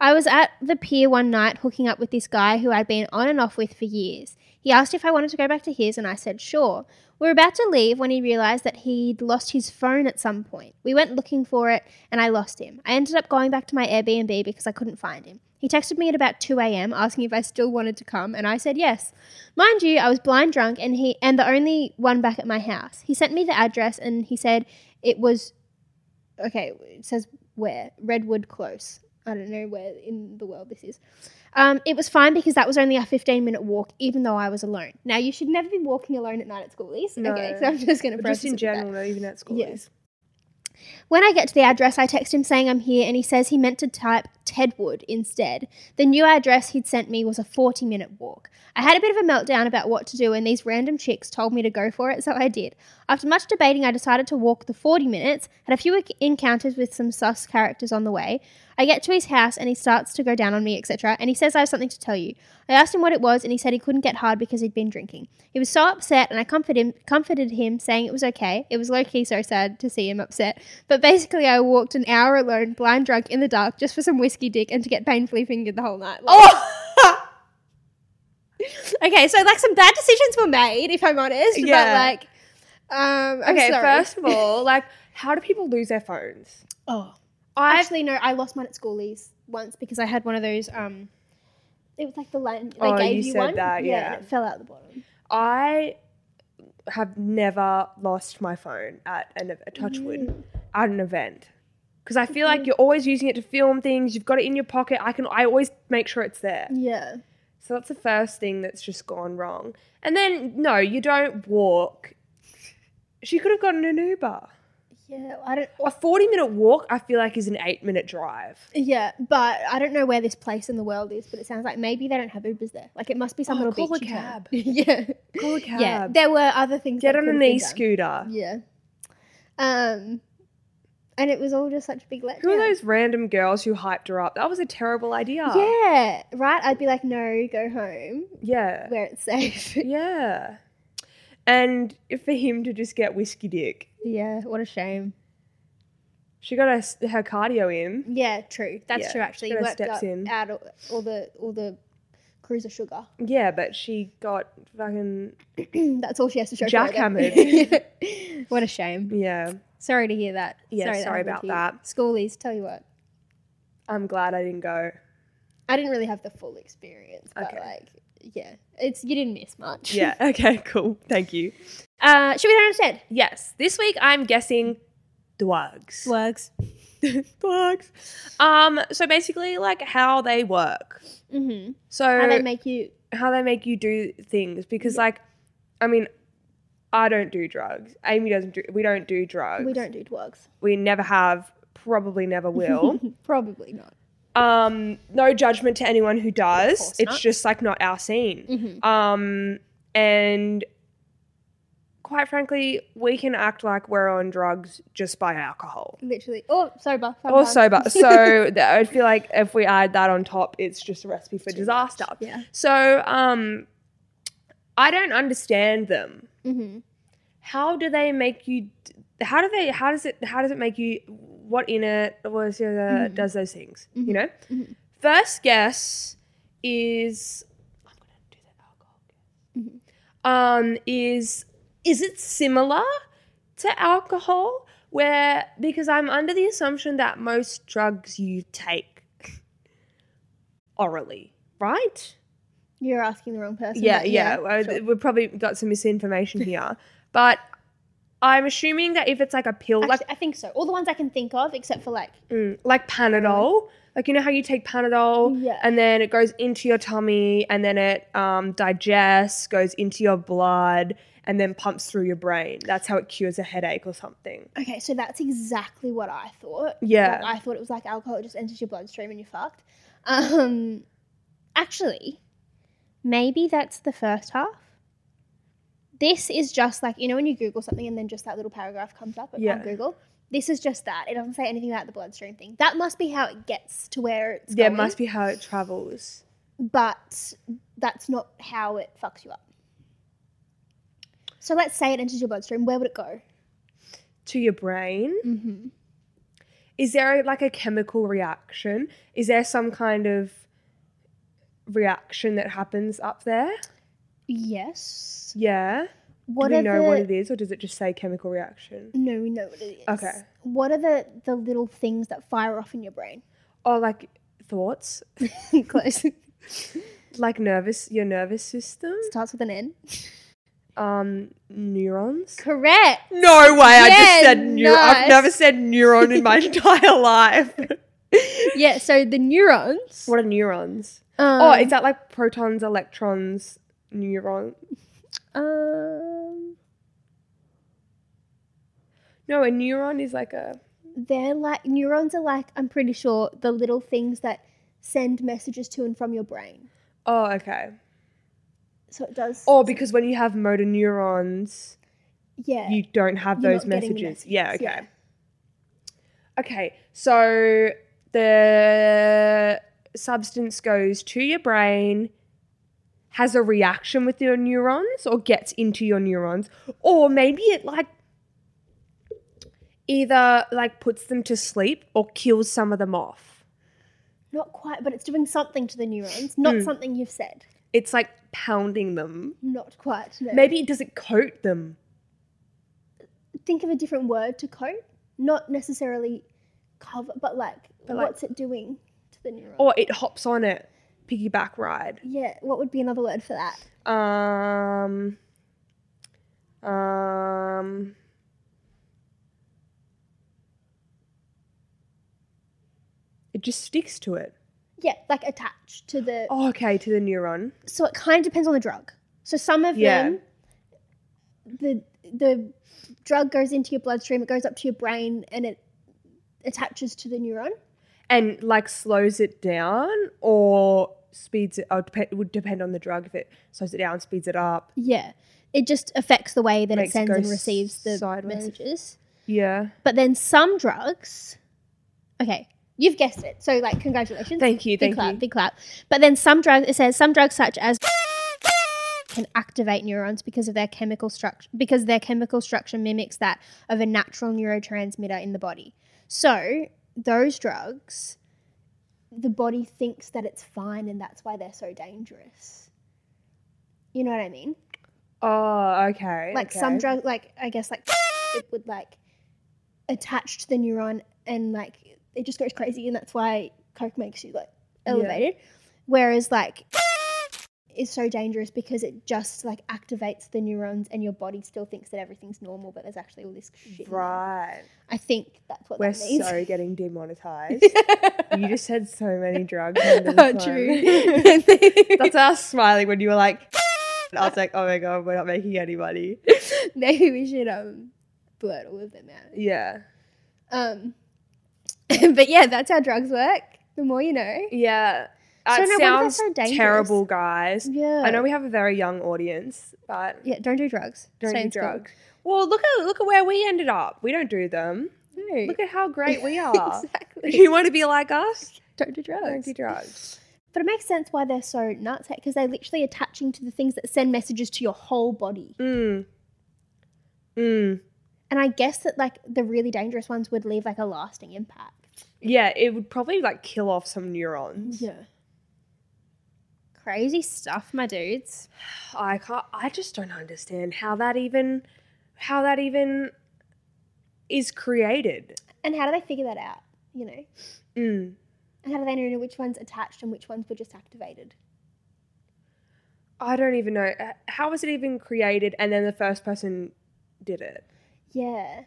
S4: I was at the pier one night hooking up with this guy who I'd been on and off with for years. He asked if I wanted to go back to his, and I said sure. We were about to leave when he realized that he'd lost his phone at some point. We went looking for it, and I lost him. I ended up going back to my Airbnb because I couldn't find him. He texted me at about 2 a.m. asking if I still wanted to come, and I said yes. Mind you, I was blind drunk and he and the only one back at my house. He sent me the address and he said it was okay, it says where? Redwood Close. I don't know where in the world this is. Um, it was fine because that was only a 15 minute walk, even though I was alone. Now, you should never be walking alone at night at schoolies.
S2: No.
S4: Okay, so I'm just going to
S2: Just in general, not even at school.
S4: Yes. When I get to the address, I text him saying I'm here, and he says he meant to type Tedwood instead. The new address he'd sent me was a 40 minute walk. I had a bit of a meltdown about what to do, and these random chicks told me to go for it, so I did. After much debating, I decided to walk the 40 minutes, had a few enc- encounters with some sus characters on the way. I get to his house, and he starts to go down on me, etc., and he says, I have something to tell you. I asked him what it was, and he said he couldn't get hard because he'd been drinking. He was so upset, and I comforted him, comforted him saying it was okay. It was low key so sad to see him upset, but basically, I walked an hour alone, blind drunk in the dark, just for some whiskey dick and to get painfully fingered the whole night. Like-
S2: Oh!
S4: okay, so like some bad decisions were made, if I'm honest.
S2: Yeah.
S4: But like, um, I'm
S2: Okay,
S4: sorry.
S2: first of all, like, how do people lose their phones?
S4: Oh,
S2: I
S4: actually, no, I lost mine at schoolies once because I had one of those. Um, it was like the line they
S2: Oh,
S4: gave
S2: you
S4: you,
S2: said
S4: one.
S2: that, yeah.
S4: and it fell out the bottom.
S2: I have never lost my phone at an ev- a touchwood
S4: Mm.
S2: at an event because I feel
S4: Mm-hmm.
S2: like you're always using it to film things. You've got it in your pocket. I can. I always make sure it's there.
S4: Yeah,
S2: So that's the first thing that's just gone wrong. And then no, you don't walk. She could have gotten an Uber.
S4: yeah, I don't.
S2: A forty-minute walk, I feel like, is an eight-minute drive.
S4: Yeah, but I don't know where this place in the world is, but it sounds like maybe they don't have Ubers there. Like it must be some
S2: Oh,
S4: little
S2: call a
S4: beachy town.
S2: cab.
S4: yeah,
S2: Call a cab.
S4: yeah. There were other things.
S2: Get
S4: that
S2: on
S4: could have
S2: an
S4: been
S2: e
S4: done.
S2: scooter.
S4: Yeah. Um, and it was all just such a big letdown.
S2: Who are those random girls who hyped her up? That was a terrible idea.
S4: Yeah, right. I'd be like, no, go home
S2: Yeah.
S4: where it's safe.
S2: Yeah. And for him to just get whiskey dick.
S4: yeah, what a shame.
S2: She got her, her cardio in.
S4: Yeah, true. That's
S2: Yeah,
S4: true. Actually, you
S2: gotta
S4: worked
S2: steps
S4: up,
S2: in.
S4: out all, all the all the cruiser sugar.
S2: Yeah, but she got fucking.
S4: That's all she has to show. for it, don't- what a shame.
S2: Yeah.
S4: Sorry to hear that.
S2: Yeah,
S4: that
S2: sorry
S4: happened
S2: about
S4: to you.
S2: that.
S4: Schoolies, tell you what,
S2: I'm glad I didn't go.
S4: I didn't really have the full experience, but
S2: Okay.
S4: like, yeah, it's you didn't miss much.
S2: Yeah. Okay, cool. Thank you.
S4: Uh, should we do it instead?
S2: Yes. This week I'm guessing drugs.
S4: Works.
S2: Drugs. Um, so basically, like how they work.
S4: Mm-hmm.
S2: So
S4: How they make you?
S2: how they make you do things because like i mean i don't do drugs amy doesn't do we don't do drugs
S4: We don't do drugs.
S2: we never have probably never will
S4: Probably not.
S2: um no judgment to anyone who does
S4: course
S2: it's
S4: not. Mm-hmm.
S2: just like not our scene um and quite frankly we can act like we're on drugs just by alcohol
S4: Literally. Oh, sober.
S2: or
S4: sometimes.
S2: sober so th- i feel like if we add that on top it's just a recipe for disaster
S4: Yeah.
S2: so um i don't understand them
S4: Mm-hmm.
S2: how do they make you how do they how does it how does it make you what in it what is, uh, does those things you know first guess is i'm gonna do the alcohol guess. um is is it similar to alcohol where because i'm under the assumption that most drugs you take orally right
S4: You're asking the wrong person.
S2: yeah,
S4: but
S2: yeah. Well,
S4: sure.
S2: We've probably got some misinformation here, but I'm assuming that if it's like a pill,
S4: Actually, I think so. All the ones I can think of, except for like,
S2: like mm, like Panadol, like you know how you take Panadol,
S4: Yeah.
S2: and then it goes into your tummy, and then it um, digests, goes into your blood, and then pumps through your brain. That's how it cures a headache or something.
S4: okay, so that's exactly what I thought.
S2: Yeah.
S4: Like, I thought it was like alcohol. It just enters your bloodstream and you're fucked. Um, actually, maybe that's the first half. This is just like you know when you Google something and then just that little paragraph comes up on
S2: Yeah.
S4: Google. This is just that. It doesn't say anything about the bloodstream thing. That must be how it gets to where it's.
S2: Yeah, it
S4: going,
S2: must be how it travels.
S4: but that's not how it fucks you up. So let's say it enters your bloodstream. Where would it go?
S2: to your brain?
S4: Mhm.
S2: Is there like a chemical reaction? Is there some kind of reaction that happens up there?
S4: Yes.
S2: Yeah.
S4: What
S2: Do we
S4: are
S2: know
S4: the,
S2: what it is, or does it just say chemical reaction?
S4: No, we know what it is.
S2: Okay.
S4: What are the the little things that fire off in your brain?
S2: Or like thoughts,
S4: Close.
S2: like nervous, your nervous system,
S4: Starts with an N.
S2: um, neurons.
S4: Correct.
S2: No way! I just
S4: Yeah,
S2: said neu- I've
S4: nice.
S2: never said neuron in my entire life.
S4: Yeah. So the neurons.
S2: what are neurons?
S4: Um,
S2: oh, is that like protons, electrons, neuron?
S4: um.
S2: No, a neuron is like a
S4: they're like neurons are like I'm pretty sure the little things that send messages to and from your brain.
S2: Oh, okay.
S4: So it does.
S2: Or because when you have motor neurons,
S4: yeah.
S2: you don't have
S4: You're
S2: those
S4: not getting the
S2: messages. Yeah, okay.
S4: message, yeah.
S2: Okay, so the substance goes to your brain, has a reaction with your neurons, or gets into your neurons, or maybe it like either like puts them to sleep or kills some of them off.
S4: not quite, but it's doing something to the neurons. Not something you've said.
S2: It's like pounding them.
S4: Not quite. No.
S2: Maybe it doesn't coat them.
S4: think of a different word to coat. Not necessarily cover, but like,
S2: like-
S4: what's it doing to the neurons?
S2: Or it hops on it. Piggyback ride.
S4: yeah. What would be another word for that?
S2: Um. Um. It just sticks to it.
S4: Yeah, like attached to the.
S2: Oh, okay, to the neuron.
S4: So it kind of depends on the drug. So some of
S2: Yeah.
S4: them, the the drug goes into your bloodstream, it goes up to your brain, and it attaches to the neuron.
S2: And like slows it down or speeds it. Oh, dep- it would depend on the drug if it slows it down, speeds it up.
S4: Yeah, it just affects the way that
S2: Makes it
S4: it sends
S2: go
S4: and receives the
S2: sideways.
S4: messages.
S2: Yeah.
S4: But then some drugs, okay, you've guessed it. So like, congratulations.
S2: Thank you,
S4: Big
S2: thank
S4: clap,
S2: you.
S4: Big clap. But then some drugs. It says some drugs such as can activate neurons because of their chemical structure because their chemical structure mimics that of a natural neurotransmitter in the body. So those drugs, the body thinks that it's fine, and that's why they're so dangerous. You know what I mean?
S2: Oh, okay.
S4: like some
S2: okay.
S4: drug like i guess like it would like attach to the neuron and like it just goes crazy and that's why coke makes you like elevated whereas like is so dangerous because it just like activates the neurons and your body still thinks that everything's normal but there's actually all this shit in there.
S2: Right.
S4: i think that's what
S2: We're
S4: that means
S2: so getting demonetized. you just said so many drugs. under the
S4: Oh,
S2: time.
S4: true.
S2: That's why I was smiling when you were like, and I was like, oh my god, we're not making any money.
S4: maybe we should um blurt all of them out
S2: Yeah.
S4: um but yeah that's how drugs work the more you know
S2: Yeah.
S4: So
S2: That
S4: no wonder they're
S2: sounds
S4: so dangerous.
S2: terrible, guys.
S4: yeah
S2: I know we have a very young audience, but
S4: Yeah, don't do drugs.
S2: don't
S4: Stay
S2: do
S4: in school.
S2: drugs. Well, look at look at where we ended up. We don't do them.
S4: No.
S2: Look at how great we are.
S4: exactly.
S2: you want to be like us?
S4: don't do drugs.
S2: Don't do drugs.
S4: But it makes sense why they're so nuts because they're literally attaching to the things that send messages to your whole body.
S2: Mm. Mm.
S4: And I guess that like the really dangerous ones would leave like a lasting impact.
S2: Yeah, it would probably like kill off some neurons.
S3: Crazy stuff, my dudes.
S2: I can't. I just don't understand how that even, how that even, is created.
S4: And how do they figure that out? You know,
S2: Mm.
S4: and how do they know which ones attached and which ones were just activated?
S2: I don't even know Uh, how was it even created, and then the first person did it.
S4: Yeah.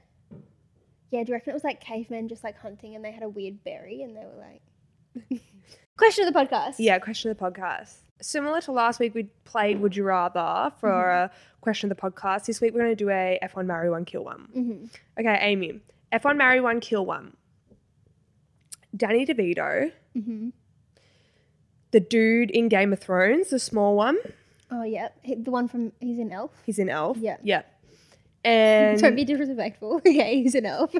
S4: Yeah, do you reckon it was like cavemen just like hunting and they had a weird berry and they were like. Question of the podcast.
S2: Yeah, question of the podcast. Similar to last week, we played Would You Rather for a question of the podcast. This week, we're going to do a F1 marry one kill one. Okay, Amy. F1 marry one kill one. Danny DeVito, the dude in Game of Thrones, the small one.
S4: Oh, yeah. He- The one from. He's an elf.
S2: He's an elf.
S4: Yeah.
S2: Yeah. And
S4: Don't be disrespectful. okay, he's an elf.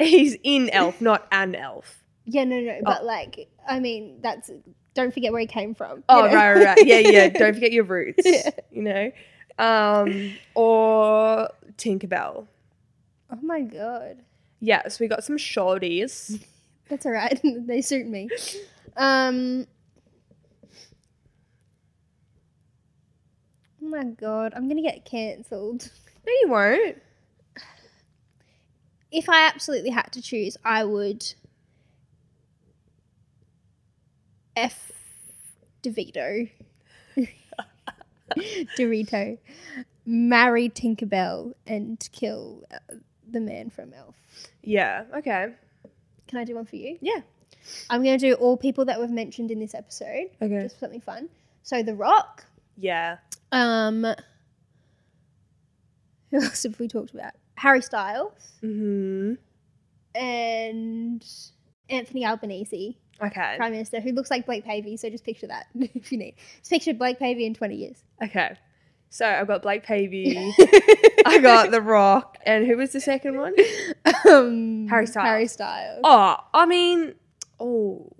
S2: he's in elf, not an elf.
S4: yeah, no,
S2: Oh.
S4: no, but like, I mean, that's don't forget where he came from. you
S2: Oh,
S4: know?
S2: right, right, right. Yeah, yeah. Don't forget your roots, you know? Um, or Tinkerbell.
S4: Oh my god,
S2: Yeah, so we got some shorties.
S4: that's all right. they suit me. Um. Oh my god, I'm gonna get cancelled.
S2: No, you won't.
S4: If I absolutely had to choose, I would F DeVito. Dorito. Marry Tinkerbell and kill uh, the man from Elf.
S2: Yeah, okay.
S4: Can I do one for you?
S2: Yeah.
S4: I'm going to do all people that we've mentioned in this episode.
S2: Okay.
S4: Just for something fun. So The Rock.
S2: Yeah.
S4: Um, who else have we talked about? Harry Styles.
S2: hmm
S4: and Anthony Albanese,
S2: Okay.
S4: Prime Minister, who looks like Blake Pavey. So just picture that if you need. Just picture Blake Pavey in 20 years.
S2: Okay. So I've got Blake Pavey. I got The Rock. And who was the second one?
S4: um,
S2: Harry Styles.
S4: Harry Styles.
S2: Oh, I mean, oh.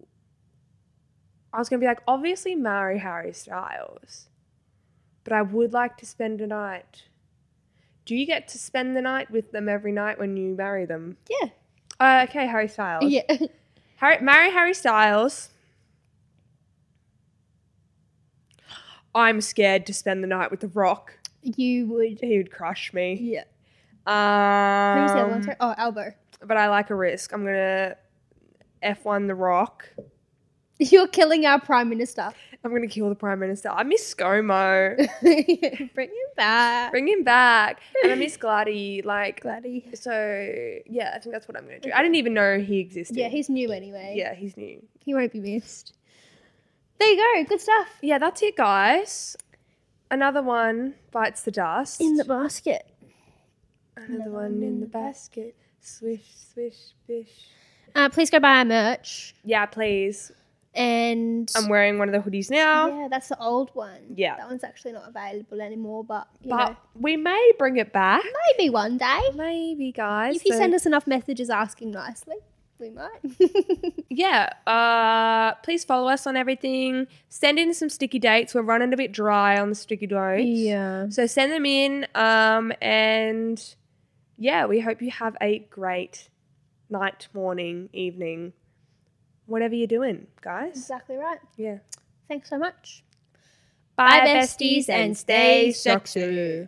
S2: I was going to be like, obviously marry Harry Styles. But I would like to spend a night. Do you get to spend the night with them every night when you marry them?
S4: Yeah.
S2: Uh, okay, Harry Styles.
S4: Yeah.
S2: Harry, marry Harry Styles. I'm scared to spend the night with The Rock.
S4: you would.
S2: He would crush me.
S4: Yeah.
S2: Um,
S4: Who was the other one? Sorry. Oh, Elbow.
S2: But I like a risk. I'm gonna F1 the Rock.
S4: You're killing our Prime Minister.
S2: I'm gonna kill the Prime Minister. I miss ScoMo.
S4: Bring him back.
S2: Bring him back. And I miss Gladdy. Like
S4: Gladdy.
S2: so yeah, I think that's what I'm gonna do. I didn't even know he existed.
S4: Yeah, he's new anyway.
S2: yeah, he's new.
S4: He won't be missed. There you go. Good stuff.
S2: Yeah, that's it guys. Another one bites the dust.
S4: In the basket.
S2: Another one in the basket. Swish, swish, bish.
S4: Uh, please go buy our merch.
S2: Yeah, please.
S4: And
S2: I'm wearing one of the hoodies now.
S4: yeah, that's the old one.
S2: Yeah.
S4: That one's actually not available anymore, but, you
S2: But
S4: know,
S2: we may bring it back.
S4: maybe one day.
S2: Maybe, guys.
S4: If you
S2: so-
S4: send us enough messages asking nicely, we might.
S2: yeah, uh, please follow us on everything. Send in some sticky dates. We're running a bit dry on the sticky dates. So send them in. Um, and yeah, we hope you have a great night, morning, evening, whatever you're doing, guys.
S4: Exactly right.
S2: Yeah.
S4: Thanks so much.
S3: Bye, besties, and stay
S2: sexy.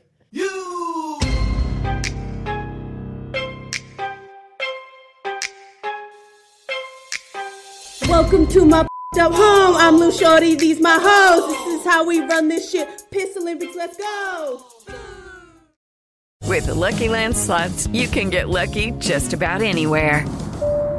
S5: Welcome to my up home. I'm Lou Shorty. These my hoes. This is how we run this shit. Piss Olympics. Let's go.
S6: With the Lucky Land slots, you can get lucky just about anywhere.